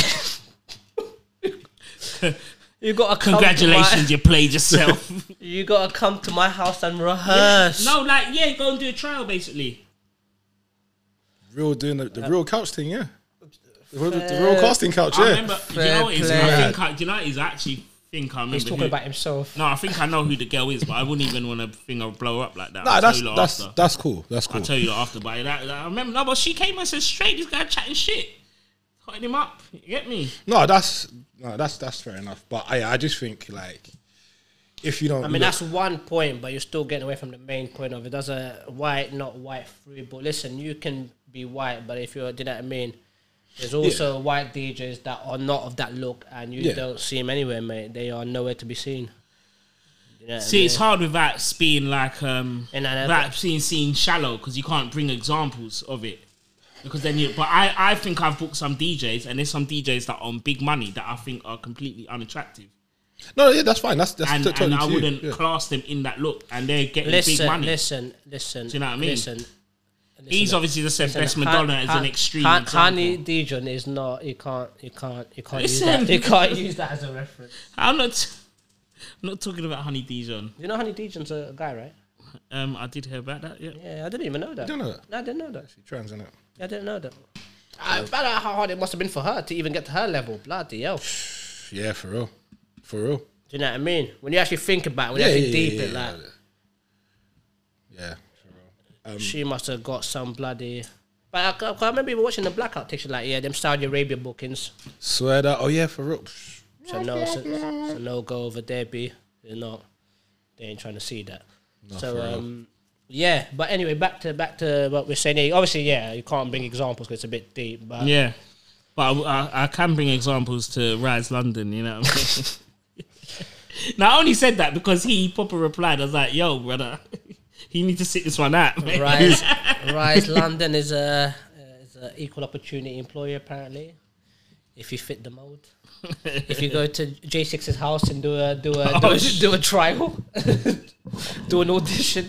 D: you gotta come To
F: Congratulations,
D: my,
F: you played yourself.
D: you gotta come to my house and rehearse.
F: (laughs) no, like yeah, go and do a trial basically.
E: Real doing the, the real couch thing, yeah. Real, the real casting couch,
F: I
E: yeah.
F: remember. Do you know what it is? I
E: play.
F: think. I, do you know what it is? I actually think I remember.
D: He's talking
F: who-
D: about himself.
F: No, I think I know who the girl is, but I wouldn't even want to think I'll blow her up like that.
E: Nah,
F: I'll
E: that's
F: tell you
E: that's
F: after.
E: that's cool. That's cool.
F: I'll tell you after. But that, that- I remember. No, but she came and said straight. This guy chatting shit, hotting him up. You get me?
E: No, that's no, that's that's fair enough. But I I just think like if you don't,
D: I mean,
E: look-
D: that's one point, but you're still getting away from the main point of it. That's a white, not white free. But listen, you can be white, but if you're, do you know what I mean? There's also white DJs that are not of that look, and you
E: Yeah.
D: don't see them anywhere, mate. They are nowhere to be seen. You know what I
F: See, it's
D: mean?
F: hard without being like um,
D: And I know
F: without
D: that-
F: being seen shallow because you can't bring examples of it. Because then you, but I, I think I've booked some DJs and there's some DJs that are on big money that I think are completely unattractive,
E: no, yeah, that's fine. That's that's
F: and,
E: totally
F: and I
E: to you.
F: wouldn't
E: Yeah.
F: class them in that look, and they're getting big
D: Listen,
F: money.
D: listen, listen. Do
F: you know what I mean?
D: Listen.
F: He's
D: listen,
F: obviously the said
D: listen,
F: best
D: Han-
F: Madonna is
D: Han-
F: an extreme
D: Han-
F: example.
D: Hani Dijon is not. You can't. You can't. You can't. Use
F: Listen.
D: that. You can't use that as a reference.
F: I'm not, (laughs) I'm not talking about Honey Dijon.
D: You know, Hani Dijon's a guy, right?
F: Um, I did hear about that. Yeah.
D: Yeah, I didn't even know that.
E: don't know that?
D: No, I didn't know that.
E: Trans in it.
D: I didn't know that. I found out how hard it must have been for her to even get to her level. Bloody hell. Do
E: Yeah, for real, for real.
D: you know what I mean? When you actually think about it, when you
E: yeah, Um,
D: actually deep it, like,
E: yeah.
D: she must have got some bloody. But I, ca- 'cause I remember even watching the blackout picture, like, yeah, them Saudi Arabia bookings.
E: Swear that. Oh yeah, for real. Psh,
D: So no, so, so no go over there, B. They're not. They ain't trying to see that. so um, yeah, but anyway, back to back to what we're saying. Yeah, Obviously, yeah, you can't bring examples because it's a bit deep. But
F: Yeah. But I, I, I can bring examples to Rise London, you know what I mean? (laughs) now, I only said that because he proper replied. I was like, yo, brother, (laughs) you need to sit this one out, man. (laughs)
D: Rise, Rise London is a uh, is an equal opportunity employer apparently. If you fit the mold, if you go to J6's house and do a do a do,
F: Oh,
D: a,
F: sh-
D: do a trial, (laughs) do an audition.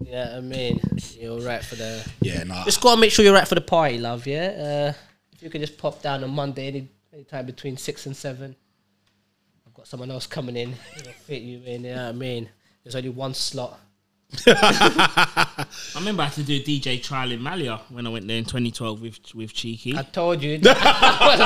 D: Yeah, I mean, you're right for the.
E: Yeah, nah.
D: Just gotta make sure you're right for the party, love. Yeah. Uh, if you can just pop down on Monday any any time between six and seven, I've got someone else coming in. It'll fit you in. Yeah, I mean, there's only one slot.
F: I remember I had to do a DJ trial in Malia when I went there in 2012 with, with Cheeky.
D: I told you. (laughs) what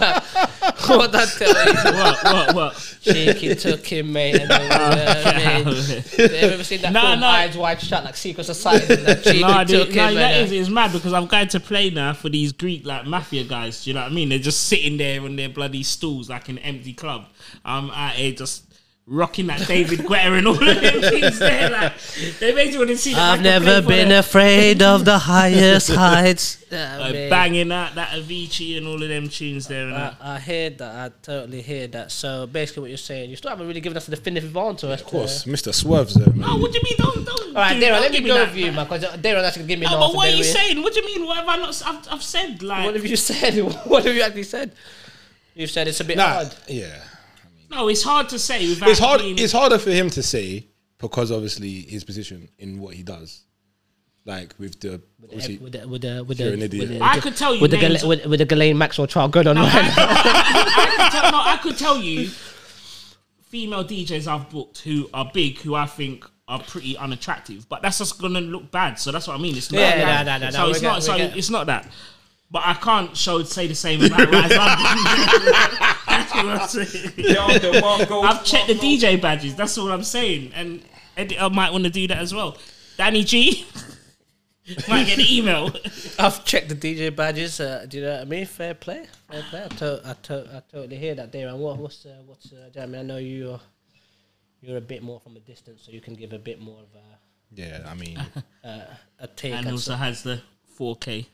D: I tell you?
F: what, what, what?
D: Cheeky took him, mate.
F: (laughs) Oh,
D: And then, uh, man. Have you ever seen that
F: No,
D: film,
F: no.
D: Eyes Wide Shut, like Secret Society?
F: (laughs)
D: Like, Cheeky
F: No,
D: took
F: dude, no
D: him,
F: that
D: and,
F: is it's mad because I've got to play now for these Greek like mafia guys. Do you know what I mean? They're just sitting there on their bloody stools like an empty club. I'm out here just rocking
D: (laughs)
F: that David Guetta and all of them things there. Like they made you want to see. that I
D: I've
F: could
D: never
F: play for
D: been
F: them.
D: afraid of the highest
F: (laughs)
D: heights.
F: Like, banging out that Avicii and all of them tunes there. And that.
D: I, I hear that. I totally hear that. So basically, what you're saying, you still haven't really given us a definitive answer. as
E: Of course, Mr. Swerves there, man.
F: Oh, what do you mean? Don't don't.
D: All right,
F: dude,
D: Darren,
F: don't
D: let me
F: give
D: go
F: that
D: with you,
F: back.
D: man, because Darren actually give me an
F: No,
D: answer.
F: but what are
D: then
F: you
D: we-
F: saying? What do you mean? What have I not? s- I've, I've said like.
D: What have you said? (laughs) What have you actually said? You've said it's a bit
E: Nah,
D: hard.
E: yeah.
F: no, it's hard to say. Without
E: It's hard.
F: being-
E: It's harder for him to say because obviously his position in what he does, like with the obviously
D: with the with the with
E: You're
D: the,
E: an idiot.
D: With the,
F: I could tell you
D: with the,
F: names-
D: Gale, with, with the Ghislaine Maxwell trial going on
F: I,
D: right (laughs) now.
F: I, I, could tell, no, I could tell you female DJs I've booked who are big, who I think are pretty unattractive, but that's just gonna look bad. So that's what I mean. It's not
D: Yeah,
F: that.
D: no, no, no,
F: so
D: no,
F: it's
D: we
F: not.
D: get-
F: so
D: we get-
F: it's not that. But I can't show say the same about Rise London. I've checked the DJ badges. That's all I'm saying. And editor might want to do that as well. Danny G (laughs) might get an email.
D: I've checked the DJ badges. Uh, do you know what I mean? Fair play, fair play. I, to- I, to- I totally hear that, Darren. What, what's uh, what's? Uh, do you know what I mean, I know you're you're a bit more from a distance, so you can give a bit more of a,
E: yeah. I mean,
D: a take,
F: and
D: and so,
F: also has the 4K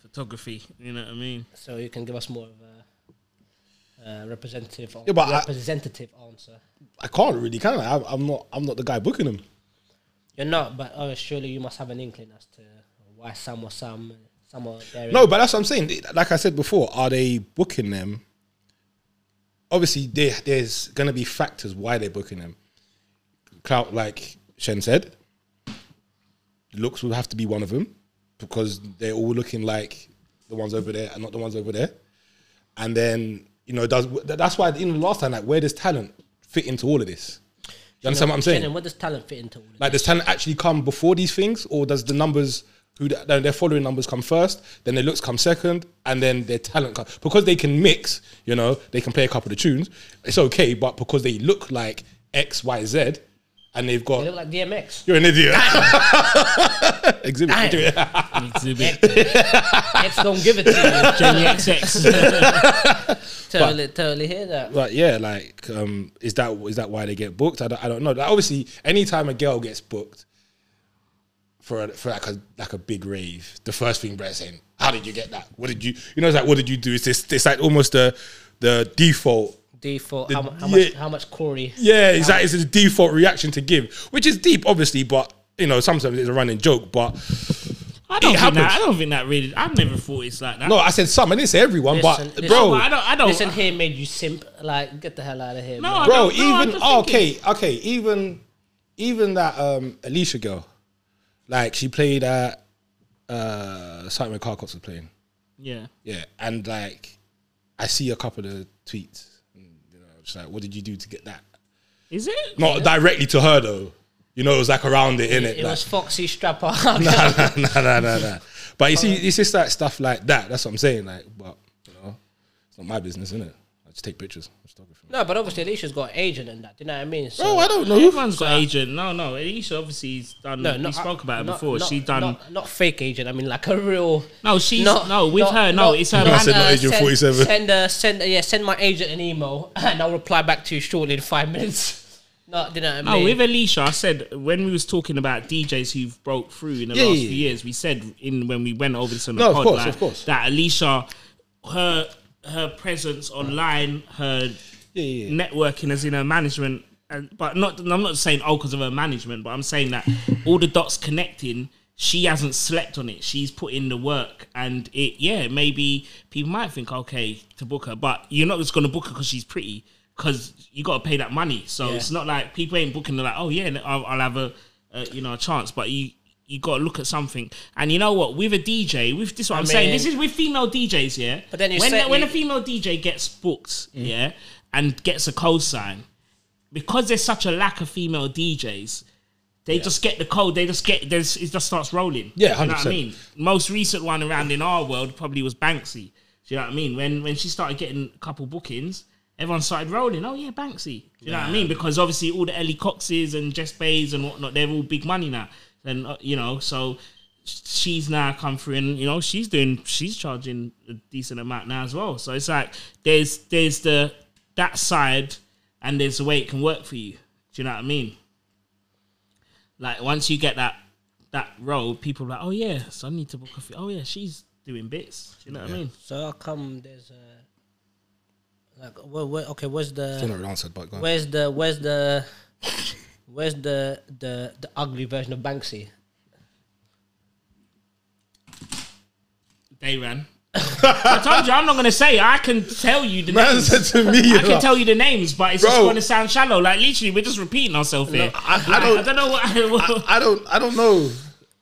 F: photography. You know what I mean?
D: so you can give us more of a uh, representative,
E: Yeah, but I-
D: representative answer.
E: I can't really. Can I? I'm- I'm not. I'm not the guy booking him.
D: You're not, but oh, surely you must have an inkling as to why some or some, some or there.
E: No, but that's what I'm saying. Like I said before, are they booking them? Obviously, there there's gonna be factors why they're booking them. Clout, like Shen said, looks will have to be one of them because they're all looking like the ones over there and not the ones over there. And then you know, it does that's why in the last time, like, where does talent fit into all of this? You understand what I'm saying?
D: Shannon, what does talent fit into all of
E: Like, does talent actually come before these things, or does the numbers who th- no, their following numbers come first, then their looks come second, and then their talent come, because they can mix. You know, they can play a couple of tunes. It's okay, but because they look like X, Y, Z, and they've
D: They
E: got
D: look like DMX.
E: you're an idiot. (laughs) Exhibit.
D: Damn.
E: do it.
F: Exhibit.
D: X don't give it to you.
E: (laughs)
F: Gen XX.
D: totally, totally hear that.
E: But yeah, like, um, is that is that why they get booked? I don't, I don't know. Like, obviously, anytime a girl gets booked for a, for like a like a big rave, the first thing Brett's saying, "How did you get that? What did you? You know, it's like, what did you do? It's this, it's like almost the the default.
D: Default.
E: The-
D: How, mu- how much?
E: yeah.
D: How much Corey?
E: Yeah, it's like it's a default reaction to give, which is deep, obviously, but you know, sometimes it's a running joke. But
F: (laughs) I don't,
E: It
F: think
E: happens.
F: that, I don't think that really. I've never thought it's like that.
E: no, I said some, I didn't say everyone, but
D: Listen, listen.
E: bro,
F: But I don't. I don't.
D: Listen here, made you simp. Like, get the hell out of here.
F: no,
D: man.
F: I
E: bro.
F: don't- no, I
E: even
F: just
E: oh,
F: think it's-
E: okay, okay, even even that um Alicia girl, like she played at uh something where Carcox was playing,
F: Yeah.
E: yeah, and like I see a couple of tweets, and, you know, just like what did you do to get that?
F: Is it?
E: Not directly to her though, you know, it was like around it, in
D: it
E: it, like,
D: was Foxy Strapper.
E: (laughs)
D: (laughs)
E: nah, nah, nah, nah,
F: (laughs)
E: nah. But you see, it's just like stuff like that. That's what I'm saying, like, but you know, it's not my business, innit? I just take pictures, photography.
D: no, but obviously Alicia's got an agent and that. Do you know what I mean? So,
E: Bro, I don't know.
F: Everyone's got agent. No, no. Alicia obviously has done.
D: no,
F: we
D: not-
F: spoke about it
D: not-
F: before.
D: not-
F: She's done.
D: not, not fake agent. I mean, like a real.
F: no, she's
D: not-
F: no with
D: not-
F: her. No,
D: not-
F: it's her.
E: No, I
F: man-
E: said not agent
D: send,
E: 47.
D: Send, uh, send, uh, yeah, send my agent an email, (laughs) and I'll reply back to you shortly in five minutes. (laughs) No, do you know what I
F: No,
D: mean?
F: with Alicia, I said when we was talking about DJs who've broke through in the
E: Yeah,
F: last
E: yeah,
F: few
E: yeah.
F: years, we said in when we went over this on the
E: No, of
F: pod,
E: course,
F: like,
E: of course.
F: that Alicia, her her presence online, her
E: yeah, yeah.
F: networking as in her management, and but not I'm not saying oh because of her management, but I'm saying that all the dots connecting. She hasn't slept on it. She's put in the work, and it yeah maybe people might think okay to book her, but you're not just going to book her because she's pretty because you got to pay that money. So
D: Yeah.
F: it's not like people ain't booking. They're like, oh yeah, I'll, I'll have a, a you know a chance. But you you got to look at something. And you know what? With a DJ, with this is what I am saying.
D: mean-
F: This is with female DJs, yeah.
D: But then you
F: when
D: said
F: when
D: you-
F: a female DJ gets booked, yeah, and gets a cosign, because there's such a lack of female DJs. They just get the code. They just get. There's, it just starts rolling.
E: Yeah,
F: You know what
E: 100%.
F: I mean? Most recent one around in our world probably was Banksy. Do you know what I mean? When when she started getting a couple bookings, everyone started rolling. Oh yeah, Banksy. Do you know what I mean? Because obviously all the Ellie Coxes and Jess Bays and whatnot, they're all big money now. And uh, you know, so she's now come through, and you know, she's doing, she's charging a decent amount now as well. So it's like there's there's the that side, and there's the way it can work for you. Do you know what I mean? like once you get that that role, people are like, oh yeah, so I need to book a few. Oh yeah, she's doing bits. Do you know what I mean?
D: So how come there's a like where, where, okay?
E: I
D: Where's
E: don't know
D: the
E: what I answered, but go on. (laughs)
D: where's the where's the where's the the the ugly version of Banksy?
F: They ran. (laughs) I told you I'm not gonna say. I can tell you the
E: Man
F: names.
E: said to me,
F: I can tell you the names, but it's just
E: Bro.
F: gonna sound shallow. Like literally, we're just repeating ourselves here.
E: I- I
F: Like,
E: don't-
F: I don't know what. (laughs)
E: I don't, I don't know.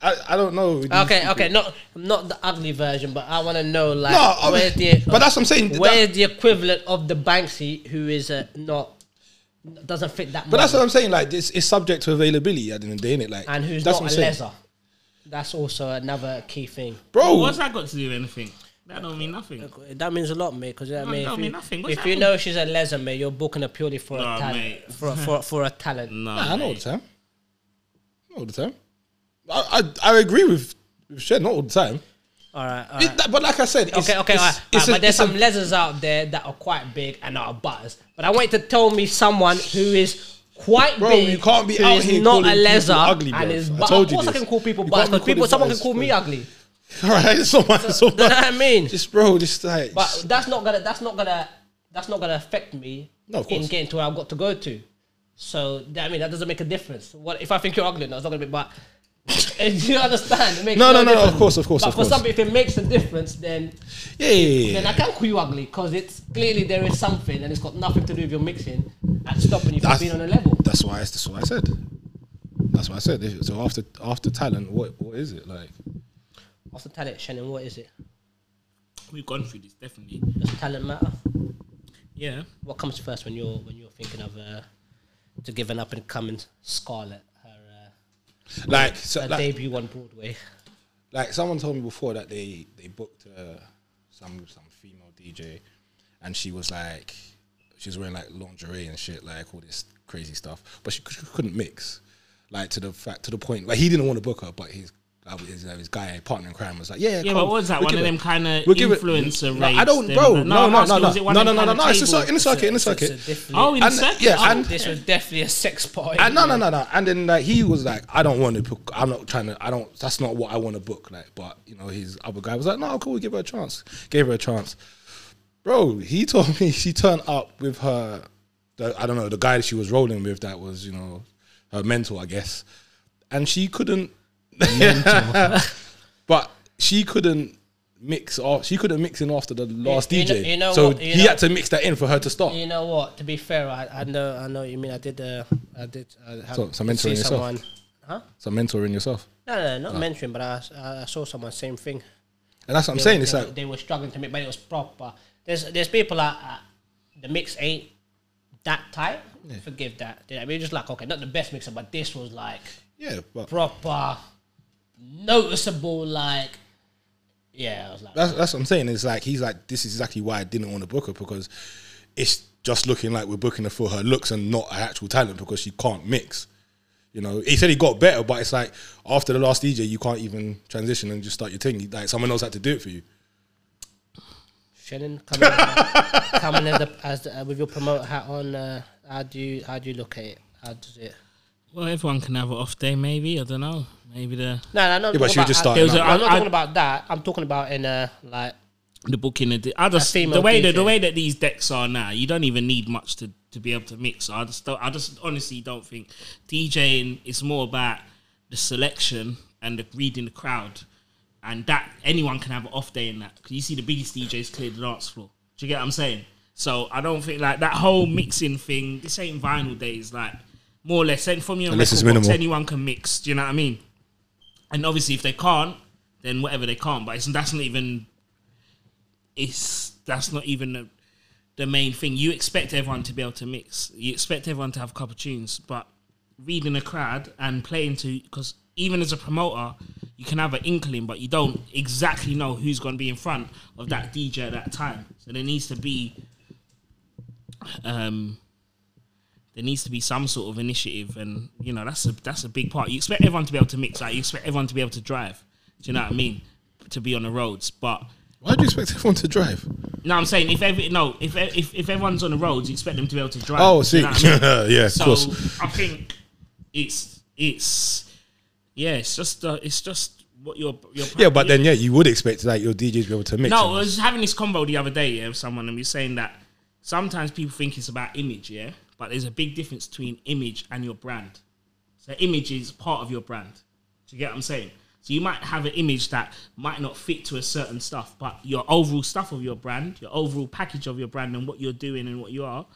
E: I, I don't know.
D: Okay, okay, not not the ugly version, but I want to know like
E: No, I-
D: where's the
E: but that's what I'm saying. That-
D: Where's the equivalent of the Banksy who is uh, not doesn't fit that?
E: But that's what
D: model
E: I'm saying. Like, it's, it's subject to availability at the end of the day, innit? Like,
D: and who's
E: that's
D: not a
E: what I'm saying.
D: leather. That's also another key thing.
E: bro.
F: what's that got to do with anything? That don't mean nothing.
D: That means a lot, mate. Because I
F: No,
D: mean, if,
F: no, I mean
D: you,
F: nothing. What's
D: if
F: that
D: you
F: mean?
D: know she's a leather, mate, you're booking her purely for
F: Nah,
D: a talent.
F: mate.
D: For, for for a talent.
F: (laughs) No,
E: Nah, I know all the
F: mate.
E: time. Not all the time. I, I, I agree with, with Shed. Not all the time.
D: All right, all
E: It-
D: right.
E: that- but like I said, it's,
D: Okay, okay,
E: it's,
D: all right,
E: it's
D: all right,
E: a-
D: but there's
E: it's a-
D: some leathers out there that are quite big and are butters. But I want you to tell me someone who is quite
E: Bro,
D: big.
E: you can't be
D: who
E: out
D: is
E: here
D: not
E: calling
D: a
E: people
D: leather
E: ugly,
D: and
E: bro.
D: is
E: I
D: butter.
E: told
D: of
E: you
D: course, I
E: this.
D: can call people
E: You
D: butters
E: can't be
D: because people,
E: calling
D: someone can
E: butters,
D: call me
E: bro. (laughs)
D: (laughs) ugly.
E: All right, it's not my. It's
D: (laughs)
E: not
D: Do
E: my
D: you know what I mean?
E: Just bro, just like.
D: But that's not gonna that's not gonna that's not gonna affect me
E: No, of
D: in
E: course.
D: getting to where I've got to go to. So that- I mean that doesn't make a difference. What if I think you're ugly? No, it's not gonna be. But (laughs) do you understand? It makes
E: No, no, no, no,
D: difference.
E: of course, of course,
D: But
E: of
D: for
E: course.
D: some, if it makes a difference, then
E: yeah, yeah, yeah,
D: then I
E: yeah.
D: can call you ugly because it's clearly there is something and it's got nothing to do with your mixing and stopping you from
E: That's-
D: being on a level.
E: That's why. That's what I said. That's what I said. If- So after after talent, what what is it like?
D: What's the talent, Shannon? What is it?
F: We've gone through this definitely.
D: Does talent matter?
F: Yeah.
D: What comes first when you're when you're thinking of uh, to give an up and coming Scarlet her, uh,
E: Like so,
D: her
E: like,
D: debut on Broadway?
E: Like someone told me before that they they booked uh, some some female DJ, and she was like, she was wearing like lingerie and shit, like all this crazy stuff. But she, c- she couldn't mix, like to the fact to the point like he didn't want to book her, but his uh, his, uh, his guy partner in crime was like, yeah,
F: Yeah,
E: come,
F: but what was that?
E: we'll
F: One
E: give
F: of
E: it-
F: them kinda
E: we'll give it-
F: influencer
E: No, I don't,
F: raves,
E: bro.
F: them-
E: No,
F: no,
E: no,
F: I'm
E: no,
F: asking,
E: no,
F: was it
E: no,
F: one
E: no,
F: of
E: no,
F: them
E: no,
F: kinda
E: no. It's just
F: tables?
E: in the circuit, in the
D: It's a- it's a
E: circuit.
D: different-
F: Oh, in the
E: And,
F: circuit.
E: yeah,
F: oh.
E: and-
D: This was definitely a sex party.
E: And no, no, no, no. And then like he was like, I don't want to. Book, I'm not trying to. I don't. That's not what I want to book. Like, but you know, his other guy was like, no, cool. Give her a chance. Gave her a chance. Bro, he (laughs) told me she turned up with her. The, I don't know the guy that she was rolling with. That was you know her mentor, I guess. And she couldn't. (laughs) but she couldn't mix off. She couldn't mix in after the last
D: you know-
E: DJ.
D: you know
E: so
D: what- you
E: he
D: know-
E: had to mix that in for her to stop.
D: You know what? To be fair, I, I know, I know what you mean. I did, uh, I did, I had
E: So- so
D: to see
E: mentoring yourself.
D: someone. Huh?
E: So mentoring yourself.
D: No, no, not mentoring, but I, I saw someone same thing.
E: And that's what I'm
D: They
E: saying.
D: were-
E: It's
D: they,
E: like
D: they were struggling to make, but it was proper. There's there's people like uh, the mix ain't that tight. Forgive that. You know what I mean, just like okay, not the best mixer, but this was like
E: yeah, but
D: proper, noticeable. Like, yeah, I was like,
E: That's, that's what I'm saying. It's like he's like, this is exactly why I didn't want to book her because it's just looking like we're booking her for her looks and not her actual talent because she can't mix. You know, he said he got better, but it's like after the last DJ, you can't even transition and just start your thing. Like someone else had to do it for you.
D: Shannon coming in, coming in the, as the, uh, with your promoter hat on. Uh, how do you how do you look at it? How does it?
F: Well, everyone can have an off day, maybe. I don't know. Maybe the
D: No, no, no.
E: Yeah, but she was just starting
F: There was out. a-
D: I'm not
F: I-
D: talking about that. I'm talking about in uh, like
F: the booking of the I just
D: female
F: the way that
D: DJ.
F: the way that these decks are now, you don't even need much to, to be able to mix. I just don't, I just honestly don't think DJing is more about the selection and the reading the crowd, and that anyone can have an off day in that because you see the biggest DJs clear the dance floor. Do you get what I'm saying? So I don't think like that whole mixing thing. This ain't vinyl days, like more or less. And from your
E: Unless
F: record
E: it's
F: box,
E: minimal.
F: anyone can mix. Do you know what I mean? And obviously, if they can't, then whatever they can't. But it's, that's not even it's that's not even the, the main thing. You expect everyone to be able to mix. You expect everyone to have a couple of tunes, but reading a crowd and playing to because even as a promoter, you can have an inkling, but you don't exactly know who's going to be in front of that DJ at that time. So there needs to be, um, there needs to be some sort of initiative, and you know that's a that's a big part. You expect everyone to be able to mix, like you expect everyone to be able to drive. Do you know what I mean? To be on the roads, but
E: Why do you expect everyone to drive?
F: no, I'm saying if every no, if if if everyone's on the roads, you expect them to be able to drive.
E: Oh,
F: you
E: see,
F: know what I
E: (laughs)
F: mean?
E: yeah, of
F: so
E: course.
F: I think it's it's yeah, it's just uh, it's just what your your
E: Yeah, but then yeah, you would expect like your DJs to be able to mix.
F: no, I was having this convo the other day yeah, with someone, and we were saying that sometimes people think it's about image, yeah, but there's a big difference between image and your brand. So image is part of your brand. Do you get what I'm saying? So you might have an image that might not fit to a certain stuff, but your overall stuff of your brand, your overall package of your brand, and what you're doing and what you are,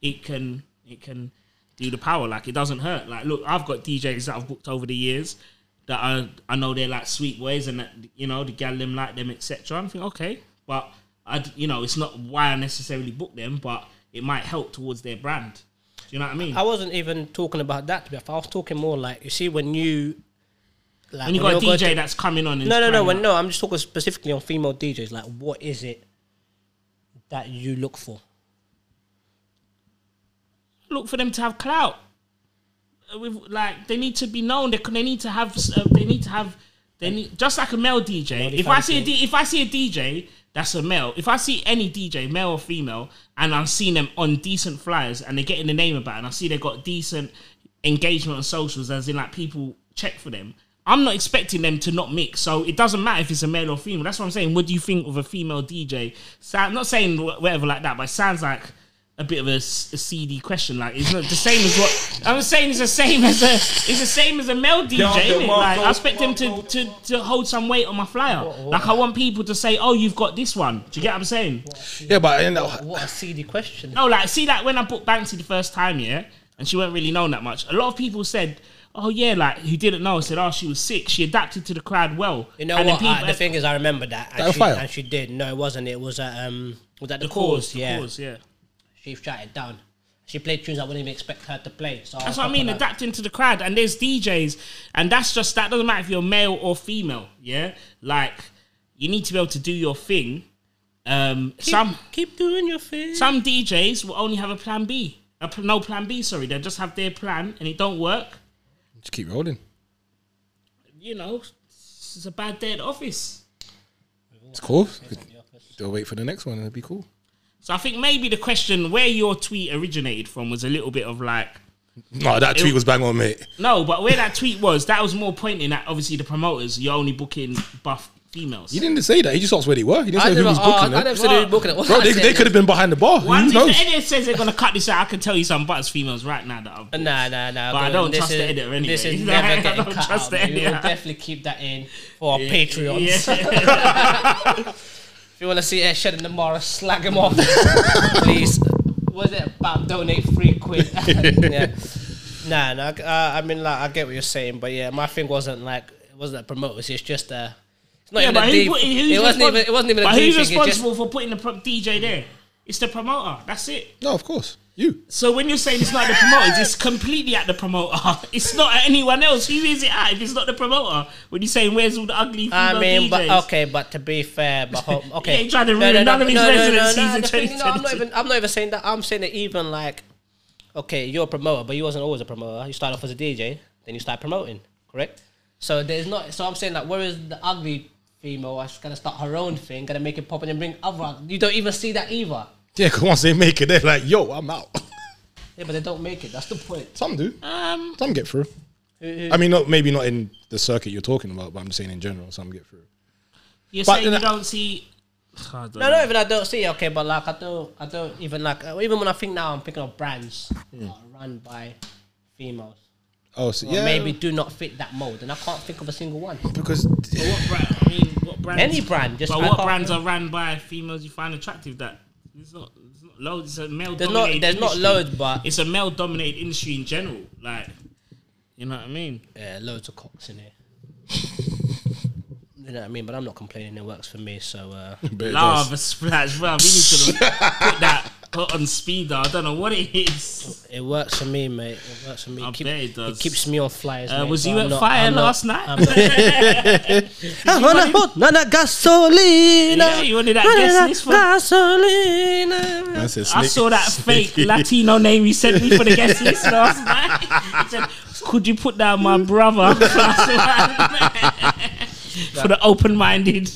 F: it can it can do the power. Like it doesn't hurt. Like look, I've got DJs that I've booked over the years that I I know they're like sweet boys and that you know the gal them like them etc. I'm thinking okay, but I d- you know it's not why I necessarily book them, but it might help towards their brand. Do you know what I mean?
D: I wasn't even talking about that. To be fair, I was talking more like you see when you like
F: when you got a
D: you're going
F: DJ
D: to-
F: that's coming on, and
D: no, no, no.
F: playing
D: When
F: like-
D: no, I'm just talking specifically on female DJs. Like, what is it that you look for?
F: look for them to have clout. Uh, With like, they need to be known. They c- they need to have. s- Uh, they need to have. They need just like a male DJ. If I see a D, if I see a DJ that's a male, if I see any DJ, male or female, and I'm seeing them on decent flyers and they're getting the name about, it, and I see they got decent engagement on socials, as in like people check for them. I'm not expecting them to not mix, so it doesn't matter if it's a male or female. That's what I'm saying. What do you think of a female DJ? So I'm not saying wh- whatever like that, but it sounds like a bit of a, s- a seedy question. Like it's not the same as what I'm saying. It's the same as a it's the same as a male DJ.
B: Don't
F: innit?
B: do Marco,
F: Like I expect them to, to to hold some weight on my flyer. Like I want people to say, "Oh, you've got this one." Do you get what I'm saying?
E: yeah, but you know,
D: What a seedy question.
F: No, like see, like when I booked Banksy the first time, yeah, and she weren't really known that much. A lot of people said. Oh yeah, like who didn't know said, oh she was sick. She adapted to the crowd well.
D: You know
F: And then
D: what? I, the
F: people-
D: thing is, I remember that,
E: That
D: and,
E: a
D: she,
E: fire?
D: and she did. No, it wasn't. It was at um, was that the,
F: the
D: cause?
F: cause, the
D: yeah,
F: cause, yeah.
D: she shut it down. She played tunes I wouldn't even expect her to play. So
F: That's what I mean,
D: That,
F: adapting to the crowd. And there's DJs, and that's just that doesn't matter if you're male or female. Yeah, like you need to be able to do your thing. Um, some
D: keep doing your thing.
F: some DJs will only have a plan B, a pl- no plan B. Sorry, they just have their plan, and it don't work.
E: Just keep rolling.
F: You know, it's a bad day at the office.
E: It's cool. They'll wait for the next one and it'll be cool.
F: So I think maybe the question where your tweet originated from was a little bit of like
E: No, that tweet was bang on, mate.
F: no, but where that tweet was, that was more pointing at obviously the promoters. You're only booking buff females.
E: He didn't say that. He just asked where they were. He didn't
D: I
E: say who
D: never,
E: was
D: uh,
E: booking
D: I never
E: them.
D: said
F: Well,
D: who was booking it. All
E: Bro,
D: I
E: they,
D: said
E: they
D: is-
E: could have been behind the bar. Who
F: Once if the
E: knows?
F: editor says they're gonna cut this out, I can tell you some butters females right now that
D: (laughs)
F: are
D: Nah, nah, nah.
F: But I
D: bro,
F: don't
D: this
F: trust
D: is-
F: the editor anyway.
D: This is
F: (laughs) I
D: never
F: don't
D: getting cut
F: trust
D: out.
F: the
D: man. We will
F: editor.
D: definitely keep that in for our Patreons. (laughs)
F: Yeah.
D: If you want to see Ed Sheeran tomorrow, slag him
F: (laughs)
D: off, please. Was it about donate three quid?
F: (laughs)
D: yeah. Nah, nah. Uh, I mean, like, I get what you're saying, but yeah, my thing wasn't like it wasn't a promoters. It's just uh, it's not
F: Yeah,
D: even
F: but
D: a
F: who
D: deep.
F: put- who's
D: It wasn't
F: respons-
D: even. It wasn't even a
F: But
D: deep
F: who's
D: thing. It just,
F: responsible for putting the pro- DJ there? It's the promoter. That's it.
E: No, of course. You.
F: So when you're saying it's not the promoters,
D: (laughs)
F: it's completely at the promoter. (laughs) It's not at anyone else. Who is it at if it's not the promoter? When you're saying where's all the ugly female
D: I mean,
F: DJs?
D: but okay, but to be fair, but ho- okay,
F: ain't trying to ruin none of his residencies in
D: the thing- no, I'm not
F: 2022.
D: even. I'm not even saying that. I'm saying that even like, okay, you're a promoter, but you wasn't always a promoter. You started off as a DJ, then you start promoting, correct? So there's not. So I'm saying that whereas the ugly female is gonna start her own thing, gonna make it pop and then bring other. You don't even see that either.
E: Yeah, because once they make it, they're like, yo, I'm out. (laughs)
D: Yeah, but they don't make it. That's the point.
E: Some do. Um, some get through. I mean, not maybe not in the circuit you're talking about, but I'm just saying in general, some get through.
F: You're
E: but
F: saying you
E: then-
F: don't see. I don't
D: No,
F: know.
D: not even I don't see. Okay, but like I don't, I don't even like. uh, Even when I think now, I'm thinking of brands that are run by females.
E: Oh, so
D: Or
E: yeah,
D: maybe do not fit that mold, and I can't think of a single one.
E: because (laughs)
F: What brand? I mean, what brands?
D: Any brand, just
F: But
D: I
F: what
D: can't-
F: brands are ran by females you find attractive? That it's not, it's not loads. It's a male.
D: There's not-
F: dominated
D: there's not
F: industry.
D: loads, but-
F: it's a male dominated industry in general. Like, you know what I mean?
D: Yeah, loads of cocks in here. you know what I mean? But I'm not complaining. It works for me. So uh,
F: Lava splash, bro. We need to put that put on speeder. I don't know what it is.
D: it works for me, mate. It works for me.
F: I
D: It, keep-
F: bet it does.
D: keeps me on flyers.
F: Uh,
D: mate,
F: was
D: but
F: you
D: I'm
F: at
D: not-
F: fire
D: I'm not-
F: last night?
D: I'm not-
F: wanna put
D: nana gasolina.
F: Yeah, you wanted that guest list for-
D: Gasolina.
E: that's it.
F: (laughs) I saw that fake Latino name you sent me for the guest list last night. (laughs) It said, Could you put down my brother (laughs) for the open minded?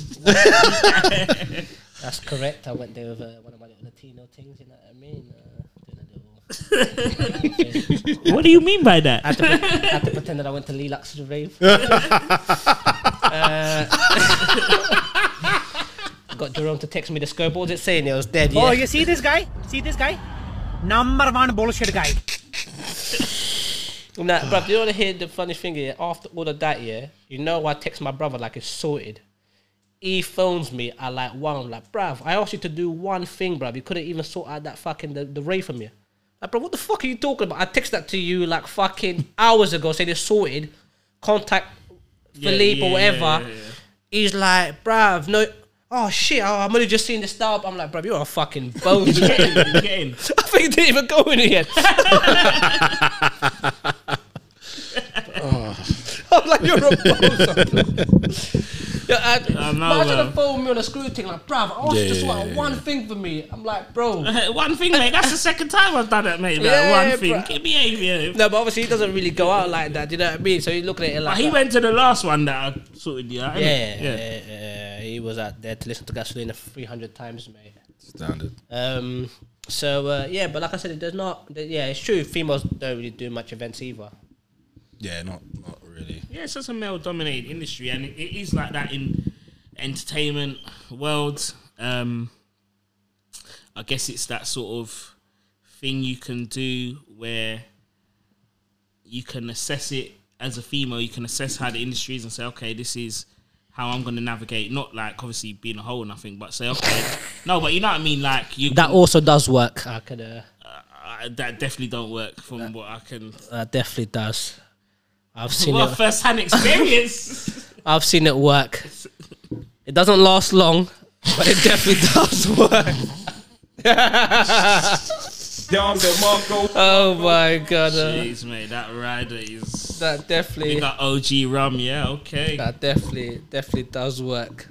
D: That's correct. I went there with uh, one of my little Latino things. You know what I mean? Uh, doing a little.
F: What do you mean by that?
D: I had, to pre- I had to pretend that I went to Lilac to the rave. uh, (laughs) got Jerome to text me the scope. What was it saying? It was dead. Yeah.
H: Oh, you see this guy? See this guy? Number one bullshit guy.
D: Nah,
F: (sighs)
D: bruv, you want to hear the funny thing? Yeah, after all of that, yeah, you know, I text my brother like it's sorted. He phones me at like one. I'm like, bruv, I asked you to do one thing, bruv. You couldn't even sort out that fucking the, the rave from you. Like, bruv, what the fuck are you talking about? I texted that to you like
F: (laughs)
D: fucking hours ago, saying it's sorted. Contact Philippe
F: yeah,
D: or whatever.
F: yeah, yeah, yeah.
D: He's like, bruv, no. Oh shit, oh, I'm only just seeing the star. I'm like, bruv, you're a fucking bones. (laughs)
F: Get (laughs) in, get in.
D: I think it didn't even go in
F: (laughs)
D: yet. Oh. I'm like, you're a bozo. yeah, I,
F: I know,
D: imagine
F: man.
D: a phone me on a screw thing like, bruv, I asked you to
E: Yeah,
D: sort out
E: yeah, yeah,
D: one thing for me. I'm like,
F: (laughs)
D: bro. no,
F: One thing, mate. That's the second time I've done it, mate. That
D: Yeah,
F: one thing.
D: bruh.
F: Get behaviour.
D: but obviously he doesn't really go out like that, do you know what I mean? So you look at it like
F: But he
D: that.
F: went to the last one that I sorted you out.
D: yeah,
F: innit?
D: yeah. yeah, he was out there to listen to Gasolina 300 times, mate.
E: standard.
D: Um, so uh, yeah, but like I said, it does not. th- Yeah, it's true. Females don't really do much events either.
E: Yeah, not not really.
F: Yeah, it's just a male dominated industry, and it, it is like that in entertainment world. Um, I guess it's that sort of thing you can do where you can assess it as a female, you can assess how the industry is and say, okay, this is how I'm going to navigate. Not like obviously being a whole or nothing, but say, okay, no, but you know what I mean? Like, you
D: That also does work. I could. Uh,
F: uh, that definitely don't work from what I can.
D: That definitely does. I've seen
F: Well,
D: it.
F: first hand
D: (laughs)
F: experience.
D: I've seen it work. It doesn't last (laughs) long, but it definitely does work.
B: Dom DeMarco.
D: Oh my god, uh,
F: Jeez, mate, that rider is.
D: that definitely,
F: We got OG rum, yeah, okay.
D: that definitely, definitely does work.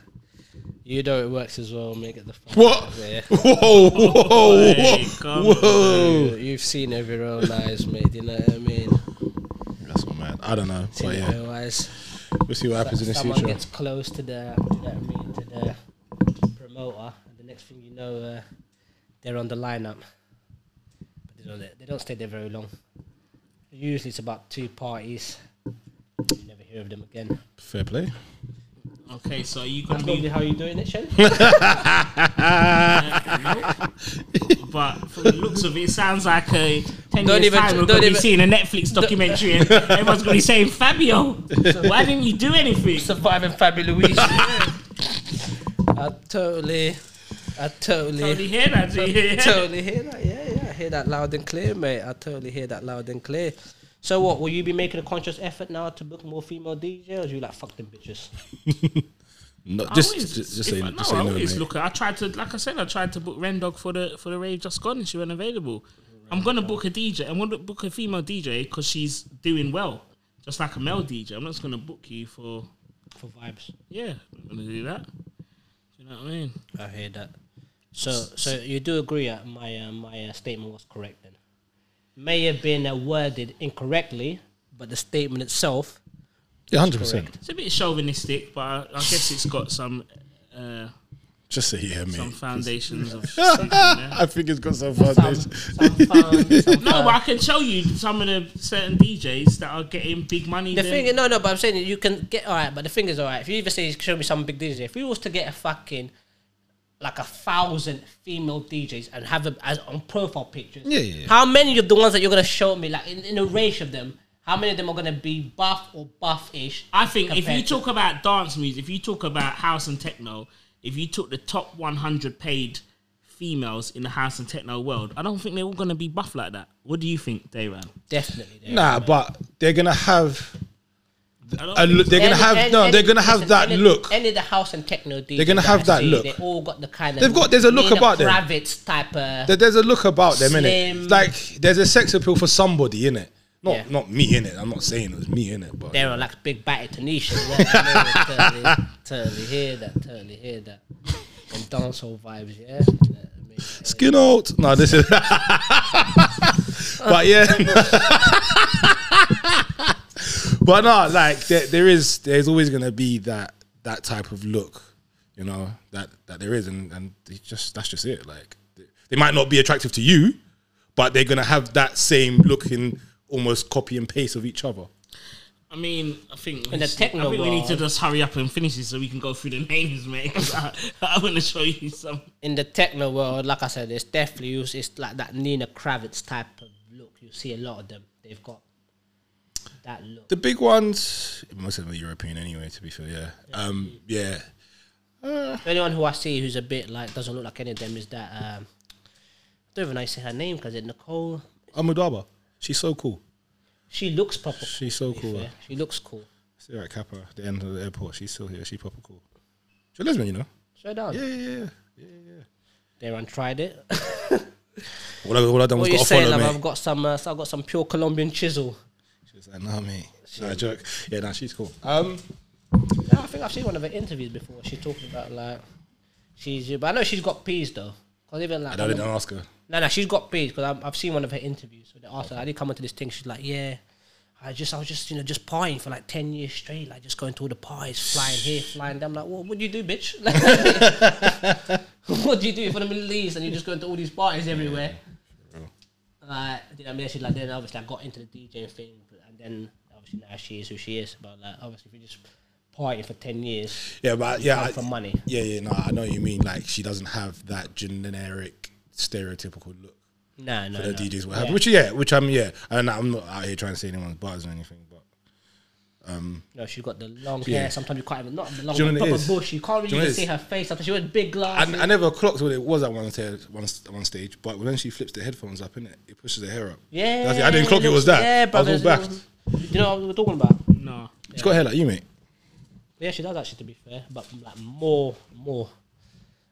D: You know it works as well. Make it the fuck
E: What?
D: out of
E: (laughs)
D: here.
E: Whoa, whoa,
F: Hey,
E: whoa, (laughs)
F: come
E: whoa.
D: You- You've seen it with your own eyes, mate. You know what I mean?
E: That's my man. I don't know.
D: Seen
E: But
D: it with
F: uh,
E: yeah,
D: your eyes.
E: we'll see what happens in the
D: someone
E: future.
D: gets close to the, to the, I mean, to the promoter, and the next thing you know, uh, they're on the lineup. But they don't, they don't stay there very long. Usually, it's about two parties. You never hear of them again.
E: Fair play.
F: Okay, so you can
D: Probably
F: be,
D: how you doing it, Shen?
F: but from the looks of it, it sounds like a ten
D: Don't
F: years
D: even-
F: time we're
D: don't
F: gonna be
D: even-
F: seeing a Netflix
D: (laughs)
F: documentary and everyone's gonna be saying, Fabio, why didn't you do
D: (laughs)
F: anything?
D: Surviving Fabi (laughs) Luigi. I totally, I
F: Totally
D: totally,
F: hear that, do you hear?
D: totally hear that. Yeah, yeah, I hear that loud and clear, mate. I totally hear that loud and clear. So what? Will you be making a conscious effort now to book more female DJs? You like fuck them bitches.
E: No,
F: I
E: just,
F: always-
E: just, just
F: if
E: say,
F: I-
E: just
F: no,
E: say
F: I
E: no,
F: always
E: mate.
F: look at. I tried to, like I said, I tried to book Rendog for the for the rave just gone, and she wasn't available. I'm gonna book a DJ. I'm gonna book a female DJ because she's doing well, just like a male DJ. I'm not just gonna book you for
D: for vibes.
F: yeah. I'm gonna do that. Do you know what I mean?
D: I hear that. So, so you do agree that my uh, my uh, statement was correct then? May have been uh, worded incorrectly, but the statement itself.
E: Yeah, 100%.
F: It's a bit chauvinistic, but I, I guess it's got some uh,
E: Just say yeah, (laughs)
F: some
E: mate.
F: foundations of. Shit in there.
E: I think it's got some
D: Some,
E: foundation.
D: some found, some
F: No,
D: found-
F: but I can show you some of the certain DJs that are getting big money.
D: The
F: then-
D: thing, no, no, but I'm saying you can get all right. But the thing is, all right. If you even say show me some big DJ, if we was to get a fucking like a thousand female DJs and have them as on profile pictures,
E: Yeah, yeah, yeah.
D: How many of the ones that you're gonna show me, like in, in a range of them, how many of them are gonna be buff or buff-ish?
F: I think if
D: compared
F: you
D: to-
F: talk about dance music, if you talk about house and techno, if you took the top 100 paid females in the house and techno world, I don't think they're all going to be buff like that. What do you think, Dayran?
D: definitely, there.
E: Nah, but they're going to have.
F: I don't
E: A
F: think
E: uh, look, they're gonna
D: Any-
E: have
D: any-
E: no.
D: any-
E: They're gonna have
D: listen,
E: that
D: any-
E: look.
D: Any of the house and techno DJs,
E: gonna
D: that
E: have
D: I
E: that
D: see,
E: look.
D: They all got the kind of
E: They've got- there's a look
D: Nina
E: about them.
D: Kravitz type of.
E: There- There's a look about them,
D: Slim.
E: innit? Like there's a sex appeal for somebody, innit? Not
D: Yeah.
E: not me, innit? I'm not saying it was me, innit? But
D: They're like big batty Tunisian. yeah,
E: (laughs)
D: I know, totally, totally hear that. Totally hear that. And dancehall vibes, yeah. You know what I mean?
E: skin out. No, this is. but yeah. (laughs) but no, like there, there is, there's always gonna be that that type of look, you know, that that there is, and and it's just that's just it. Like they- they might not be attractive to you, but they're gonna have that same look in almost copy and paste of each other.
F: I mean, I think,
D: In the techno
F: I think we need to
D: world.
F: just hurry up and finish this so we can go through the names, mate. 'cause I, (laughs) I want to show you some.
D: In the techno world, like I said, it's definitely used. It's like that Nina Kravitz type of look. You see a lot of them. They've got that look.
E: The big ones, most of them are European anyway. To be fair, yeah, um, yeah.
D: Anyone who I see who's a bit like doesn't look like any of them is that. Um, I don't even know how to say her name because it's Nicole.
E: Amudaba, she's so cool.
D: She looks proper.
E: She's so
D: to be
E: cool. eh.
D: fair. She looks cool.
E: See her at Kappa, at the end of the airport. She's still here. She's proper cool. She's a lesbian, you know.
D: Straight on.
E: Yeah, yeah, yeah.
D: There, I tried it.
E: All I, all I done was
D: what are you
E: got a
D: saying?
E: follow,
D: love?
E: mate.
D: I've got some. Uh, so I've got some pure Colombian chisel.
E: She was like, nah, mate. Nah, joke. Yeah, nah, she's cool. Um,
D: No, I think I've seen one of her interviews before. She talking about like she's, but I know she's got peas though. Cause even like
E: I don't, I didn't ask her.
D: no, no, she's got peas because I've seen one of her interviews. So they asked her, "How do you come into this thing?" She's like, "Yeah, I just, I was just, you know, just partying for like ten years straight, like just going to all the parties, flying here, flying there." I'm like, "What? What do you do, bitch? (laughs) what do you do for the Middle East and you're just going to all these parties everywhere?" Like, you know, what I mean, she's like, then obviously I got into the DJ thing, but, and then obviously now she is who she is. But like, obviously, if you just partying for ten years.
E: Yeah, but yeah,
D: Come
E: I-
D: for money.
E: Yeah, yeah, no, I know what you mean. Like, she doesn't have that generic, stereotypical look
D: No, no,
E: that
D: no.
E: DJs will have. Which, yeah, which I'm, yeah, and I'm not out here trying to say anyone's bars or anything, but
D: No, she's got the long
E: Yeah.
D: hair. Sometimes you can't even not the long,
E: Do you
D: hair,
E: know what it
D: proper
E: is?
D: bush. You can't
E: Do
D: really
E: you know
D: even
E: what it
D: see
E: is?
D: her face. After she went big glasses.
E: I, I never clocked what it was at one, te- one, st- one stage, but when she flips the headphones up, innit, it pushes her hair up.
D: yeah,
E: That's it. I didn't clock it was that.
D: Yeah,
E: I was all
D: brothers,
E: back.
D: um, You know what we were talking about?
F: No.
E: She's got hair like you, mate.
D: Yeah, she does actually. To be fair, but like more, more.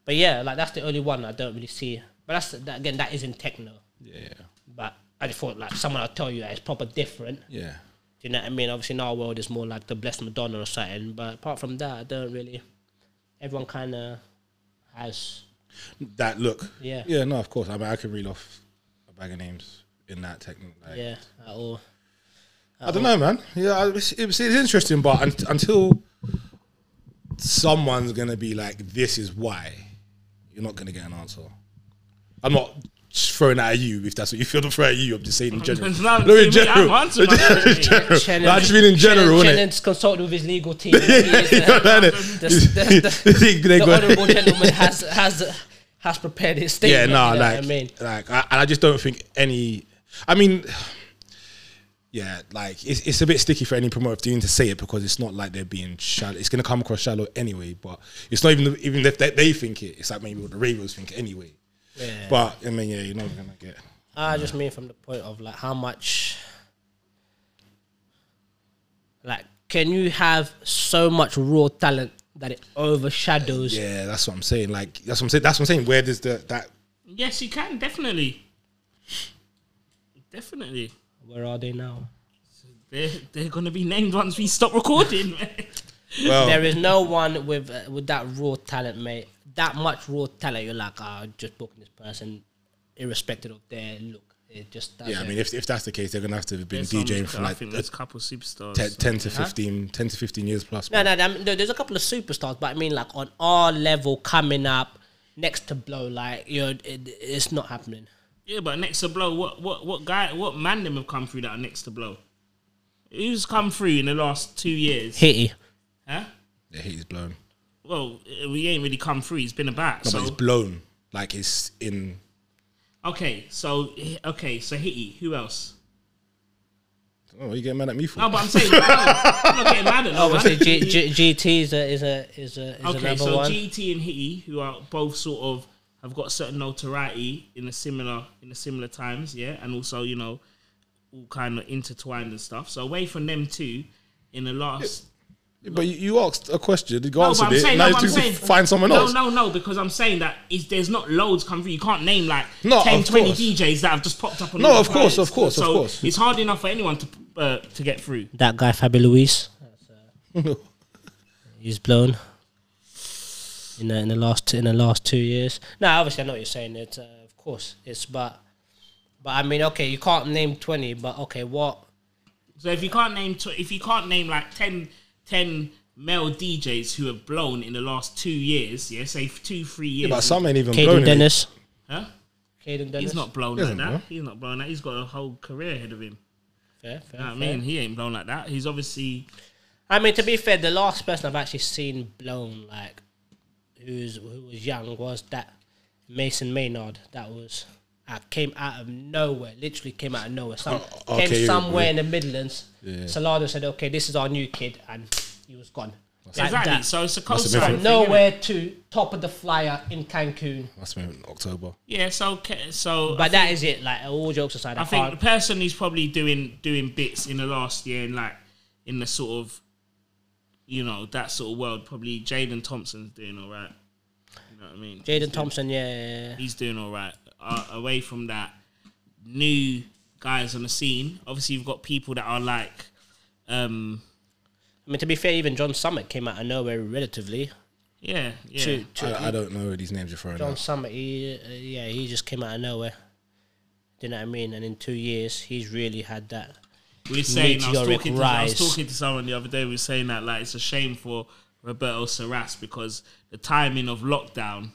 D: But yeah, like that's the only one I don't really see. But that's that, again. That is in techno.
E: Yeah,
D: But I just thought like someone will tell you that it's proper different.
E: yeah.
D: Do you know what I mean? Obviously, in our world, it's more like the Blessed Madonna or something. But apart from that, I don't really. Everyone kind of has.
E: That look.
D: Yeah.
E: Yeah, no, of course. I mean, I could reel off a bag of names in that technique. Like,
D: Yeah, at all.
E: I don't know, man. Yeah, I- it's, it's, it's interesting, but un- until someone's gonna be like, "This is why," you're not gonna get an answer. I'm not throwing that at you if that's what you feel to throw at you. I'm just
F: (laughs)
E: saying in general.
F: No,
E: No,
F: to me,
E: in general.
F: I'm answering
E: (laughs)
F: my
E: In
F: question.
E: general.
D: Shannon-
E: No, I just mean in general,
D: Shannon,
E: innit?
D: Shannon's consulted with his legal team. He
E: (laughs)
D: is,
E: You know
D: uh,
E: what I mean?
D: the,
E: (laughs)
D: the,
E: They-
D: the,
E: they
D: the
E: go-
D: honourable gentleman has has has prepared his
E: Yeah,
D: statement.
E: no,
D: you know
E: like,
D: what I mean,
E: like, I, and I just don't think any. I mean, yeah, like it's it's a bit sticky for any promoter to even to say it because it's not like they're being shallow. It's gonna come across shallow anyway, but it's not even even if they, they think it. It's like maybe what the radios think anyway.
D: Yeah.
E: But I mean, yeah, you're not gonna get.
D: I just mean from the point of like how much. Like, can you have so much raw talent that it overshadows?
E: Yeah, that's what I'm saying. Like that's what I'm saying. That's what I'm saying. Where does the that?
F: Yes, you can definitely, definitely.
D: Where are they now?
F: They're they're gonna be named once we stop recording. (laughs) man.
E: Well,
D: There is no one with uh, with that raw talent, mate. That much raw talent, you're like, ah, just booking this person, irrespective of their look. It just that's
E: yeah. I
D: it.
E: mean, if, if that's the case, they're gonna have to have been
F: There's
E: DJing
F: some-
E: for
F: I
E: like
F: think
E: a
F: there's a couple superstars.
E: 10, 10 to 15, 10 to fifteen years plus.
D: no, no, no, I mean, no, there's a couple of superstars, but I mean, like on our level, coming up next to blow, like you know, it, it's not happening.
F: Yeah, but next to blow, what what what guy, what man them have come through that are next to blow? Who's come through in the last two years?
D: Hitty,
F: Huh?
E: The heat is blown.
F: Well, eh, we ain't really come through. It's been about.
E: No,
F: so
E: but it's blown. Like it's in.
F: okay, so eh, okay, so Hitty. Who else?
E: Oh, what are you getting mad at me for?
F: No, but I'm saying no, I'm not getting mad at no
D: obviously,
F: one.
D: G, G, GT is a is a is a is
F: Okay,
D: another
F: so
D: one.
F: GT and Hitty, who are both sort of have got certain notoriety in a similar in a similar times, yeah, and also you know all kind of intertwined and stuff. So away from them two, in the last
E: But you, you asked a question, you
F: No, but
E: answered
F: I'm
E: it.
F: saying-
E: now
F: no,
E: you
F: but I'm
E: just
F: saying-
E: find someone
F: no,
E: else. (laughs)
F: No, no, because I'm saying that is there's not loads come through. You can't name like
E: No,
F: 10,
E: of
F: 20
E: course.
F: DJs that have just popped up on
E: No,
F: all the
E: of course,
F: clients.
E: of course, of
F: so
E: course.
F: It's hard enough for anyone to uh, to get through.
D: That guy Fabi Luis, he's blown. In the, in the last two- in the last two years. No, obviously I know what you're saying. It's uh, of course it's but but I mean okay, you can't name twenty, but okay, what?
F: So if you can't name tw- if you can't name like 10, 10 male DJs who have blown in the last two years, yeah, say two, three years.
E: but some ain't even blown.
D: Caden
E: it.
D: Dennis.
F: huh?
D: Caden Dennis.
F: He's not blown
E: He
F: like
E: hasn't
F: that.
E: blown.
F: He's not blown like that. He's got a whole career ahead of him.
D: Fair, fair,
F: You know
D: fair.
F: what I mean, he ain't blown like that. He's obviously
D: I mean, to be fair, the last person I've actually seen blown, like, who's who was young, was that Mason Maynard. That was I came out of nowhere. Literally came out of nowhere. Some
E: Oh, okay,
D: came somewhere in the Midlands. Salado said, "Okay, this is our new kid," and he was gone. Like
F: exactly.
D: that.
F: So it's a
E: Must have been
F: co-sign.
D: From nowhere to top of the flyer in Cancun.
E: Must have been in October.
F: Yeah. So ca- so
D: But that is it. Like all jokes aside, I,
F: I think
D: can't-
F: the person who's probably doing doing bits in the last year and like in the sort of you know that sort of world, probably Jaden Thompson's doing all right. You know what I mean?
D: Jaden Thompson, yeah, yeah, yeah.
F: he's doing all right. Uh, away from that, new guys on the scene. Obviously, you've got people that are like, um,
D: I mean, to be fair, even John Summit came out of nowhere relatively.
F: yeah, yeah.
D: To, to
E: I, I don't know these names you're throwing.
D: John
E: out.
D: Summit, he, uh, yeah, he just came out of nowhere. Do you know what I mean? And in two years, he's really had that.
F: We were saying, I was,
D: Meteoric
F: talking to, I was
D: rise.
F: talking to someone the other day, we were saying that like it's a shame for Roberto Saras because the timing of lockdown,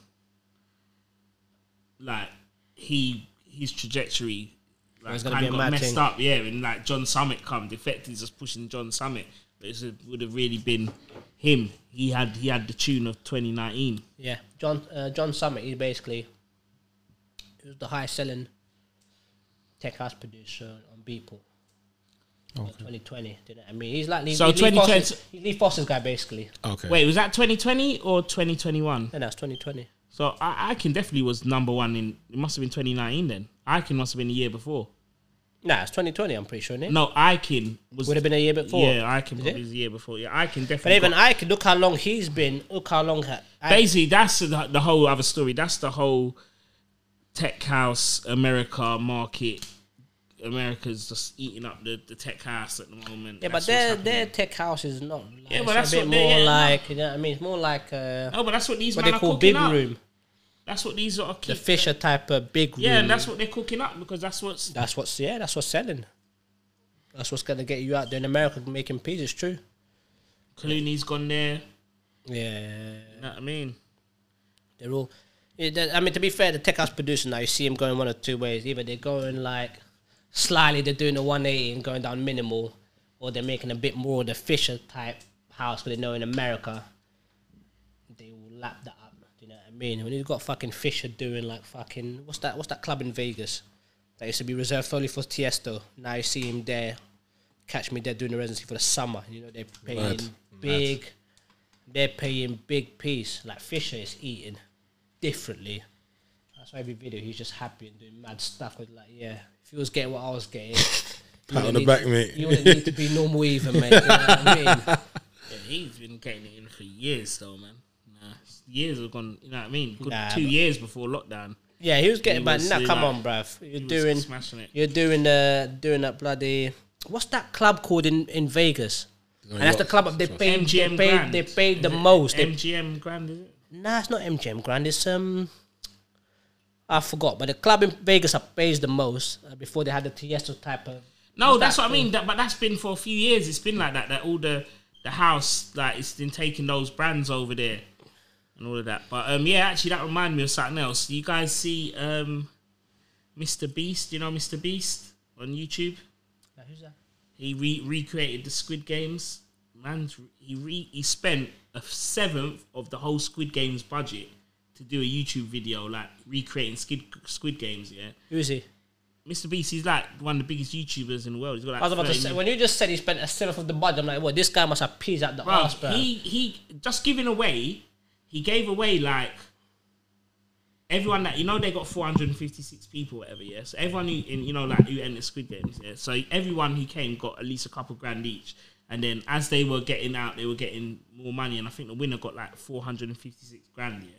F: like he his trajectory like
D: was gonna
F: kind
D: be
F: of
D: a
F: got
D: mad
F: messed
D: thing.
F: up, yeah, and like John Summit come, defected just pushing John Summit. But it would have really been him. He had he had the tune of twenty nineteen.
D: Yeah, John uh, John Summit, he's basically he was the highest selling tech house producer on Beatport. for 2020, do you know what I mean? He's like Lee,
F: So
D: Lee
F: 2020
D: Foster's, he's Lee Foster's guy, basically.
E: Okay.
F: Wait, was that twenty twenty or twenty twenty one?
D: No, that's 2020.
F: So I, I can definitely was number one in it must have been twenty nineteen then. I can must have been the year before.
D: Nah, it's 2020. I'm pretty sure. Isn't it?
F: No, Ikin was
D: would have been a year before.
F: Yeah, Ikin
D: it?
F: probably was the year before. Yeah, Ikin definitely.
D: But even
F: got-
D: I could look how long he's been. Look how long. ha- I,
F: basically that's the, the whole other story. That's the whole tech house America market. America's just eating up the, the tech house at the moment.
D: Yeah,
F: That's
D: but
F: what's
D: their
F: happening.
D: their tech house is not. Like,
F: Yeah,
D: yeah,
F: but
D: but
F: that's
D: a bit
F: what they-
D: more
F: yeah, no.
D: like. You know what I mean? It's more like uh,
F: Oh, but that's what these
D: what
F: men
D: they
F: are
D: call
F: cooking
D: big
F: up.
D: room,
F: That's what these are.
D: the
F: Keep,
D: Fisher type of big room.
F: Yeah, and that's what they're cooking up because that's what's
D: That's what's yeah, that's what's selling. That's what's gonna get you out there in America making peas. It's true.
F: Clooney's gone there.
D: Yeah,
F: You know what I mean?
D: they're all. yeah, they- I mean, to be fair, the tech house producer now you see them going one of two ways: either they're going like slightly, they're doing a one eighty and going down minimal, or they're making a bit more of the Fisher type house. But they know in America, they will lap that up. Do you know what I mean? When you've got fucking Fisher doing like fucking what's that? What's that club in Vegas that used to be reserved only for Tiesto? Now you see him there. Catch me there doing the residency for the summer. You know they're paying big. They're paying big piece. Like Fisher is eating differently. That's why every video he's just happy and doing mad stuff. With like, yeah, if he was getting what I was getting, you
E: (laughs) Pat on
D: wouldn't
E: the
D: need-
E: back, mate.
D: You wouldn't need to be normal either, mate. You know what
E: (laughs)
D: I mean?
F: Yeah, he's been getting it in for years though, man. Nah, years have gone. You know what I mean? Good
D: Nah,
F: two
D: but-
F: years before lockdown.
D: Yeah, he was getting
F: He
D: back.
F: was
D: Nah,
F: doing
D: come
F: that.
D: on, bruv. You're
F: He was
D: doing,
F: smashing it.
D: you're doing the doing that bloody. What's that club called in in Vegas? and that's the
E: what?
D: club up they paid.
F: MGM
D: they paid.
F: Grand.
D: They paid the
F: Is it
D: most. They-
F: MGM Grand is it?
D: Nah, it's not MGM Grand. It's um, I forgot. But the club in Vegas that pays the most uh, before they had the Tiesto type of.
F: No,
D: What's
F: that's
D: that
F: what I mean. That, but that's been for a few years. It's been like that. That all the the house that it's been taking those brands over there and all of that. But um, yeah, actually, that reminded me of something else. You guys see um, Mr. Beast? You know Mr. Beast on YouTube.
D: Nah, who's that?
F: He re- recreated the Squid Games. Man, he re- he spent a seventh of the whole Squid Games budget to do a YouTube video like recreating Squid Squid Games. Yeah,
D: Who is he?
F: Mr. Beast, he's like one of the biggest YouTubers in the world. He's got like
D: I was about to
F: 30
D: say when you just said he spent a seventh of the budget. I'm like, well, this guy must have peas out the
F: Bro,
D: ass, bro.
F: he he just giving away. He gave away like everyone that you know they got 456 people, whatever. Yeah, so everyone who in you know like who entered Squid Games. Yeah, so everyone who came got at least a couple grand each. And then as they were getting out, they were getting more money, and I think the winner got like 456 grand. Yeah,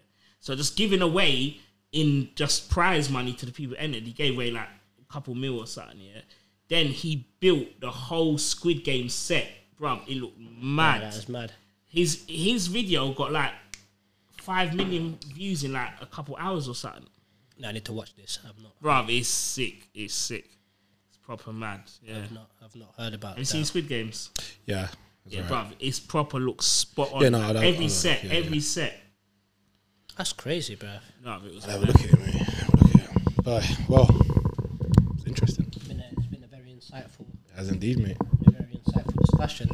F: so just giving away in just prize money to the people that entered. He gave away like a couple mil or something. Yeah. Then he built the whole Squid Game set, bruv. It looked mad.
D: that was mad.
F: His his video got like five million views in like a couple hours or something.
D: No, I need to watch this. I've not,
F: Bruv, it's sick. It's sick. It's proper mad. Yeah. Have
D: not, I've not heard about.
F: you
D: that.
F: seen Squid Games?
E: Yeah.
F: Yeah, bruv, it's proper looks spot on.
E: Yeah, no, I don't- I
F: every
E: don't-
F: set,
E: yeah,
F: every
E: yeah.
F: set.
D: That's crazy, bro.
F: No, it was
E: Have a look at it, mate. Have a look at it. Bye. Well, it's interesting.
D: It's been a, it's been a very insightful,
E: As indeed, mate.
D: a very insightful discussion.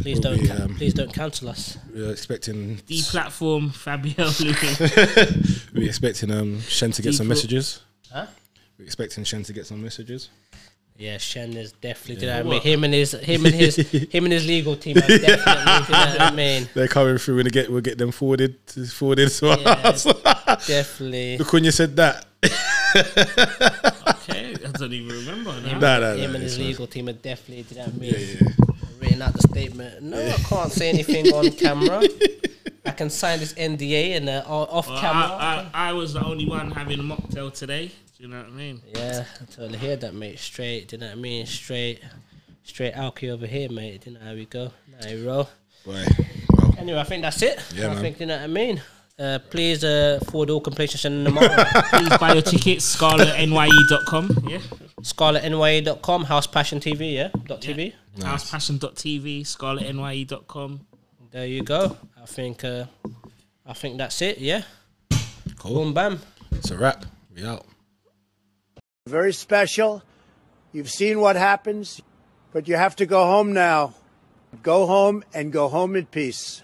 D: Please
E: Will
D: don't,
E: we,
D: ca-
E: um,
D: please don't cancel us.
E: We are expecting.
F: D
E: (laughs)
F: platform, Fabio Lewis.
E: We were expecting um Shen to get some
F: Default.
E: messages.
D: Huh?
E: We are expecting Shen to get some messages.
D: Yeah, Shen is definitely. Do you know what I mean? Him and his, him
E: (laughs)
D: and his, him and his legal team are definitely. do you know what I mean?
E: They're coming through and get we'll get them forwarded to forwarded to our (laughs)
D: Yeah.
E: house.
D: Definitely.
E: Look when you said that.
F: okay, I don't even remember. now.
E: Nah, nah,
D: Him
E: nah,
D: and his
E: it's fine.
D: legal team are definitely. Do you know what I mean? Written out the statement. No, I can't say anything on camera. I can sign this NDA and uh, o- off
F: Well,
D: camera.
F: I, I, I was the only one having a mocktail today. Do you know what
D: (laughs)
F: I mean?
D: Yeah, I totally hear that, mate. Straight, do you know what I mean? Straight, straight alky over here, mate. Do you know how we go? How we roll.
E: Boy, well,
D: Anyway, I think that's it.
E: Yeah,
D: I
E: man.
D: think, do you know what I mean? Uh, please uh, forward all complaints and send
E: (laughs)
D: them tomorrow.
F: Please buy your tickets, scarletnye.com. E Yeah.
D: ScarletNY.com, House Passion TV, yeah? Dot TV.
F: Housepassion.tv, E scarletnye.com.
D: There you go. I think, uh, I think that's it, yeah?
E: cool.
D: Boom, bam.
E: It's a wrap. We out.
K: very special. You've seen what happens, but you have to go home now. Go home and go home in peace.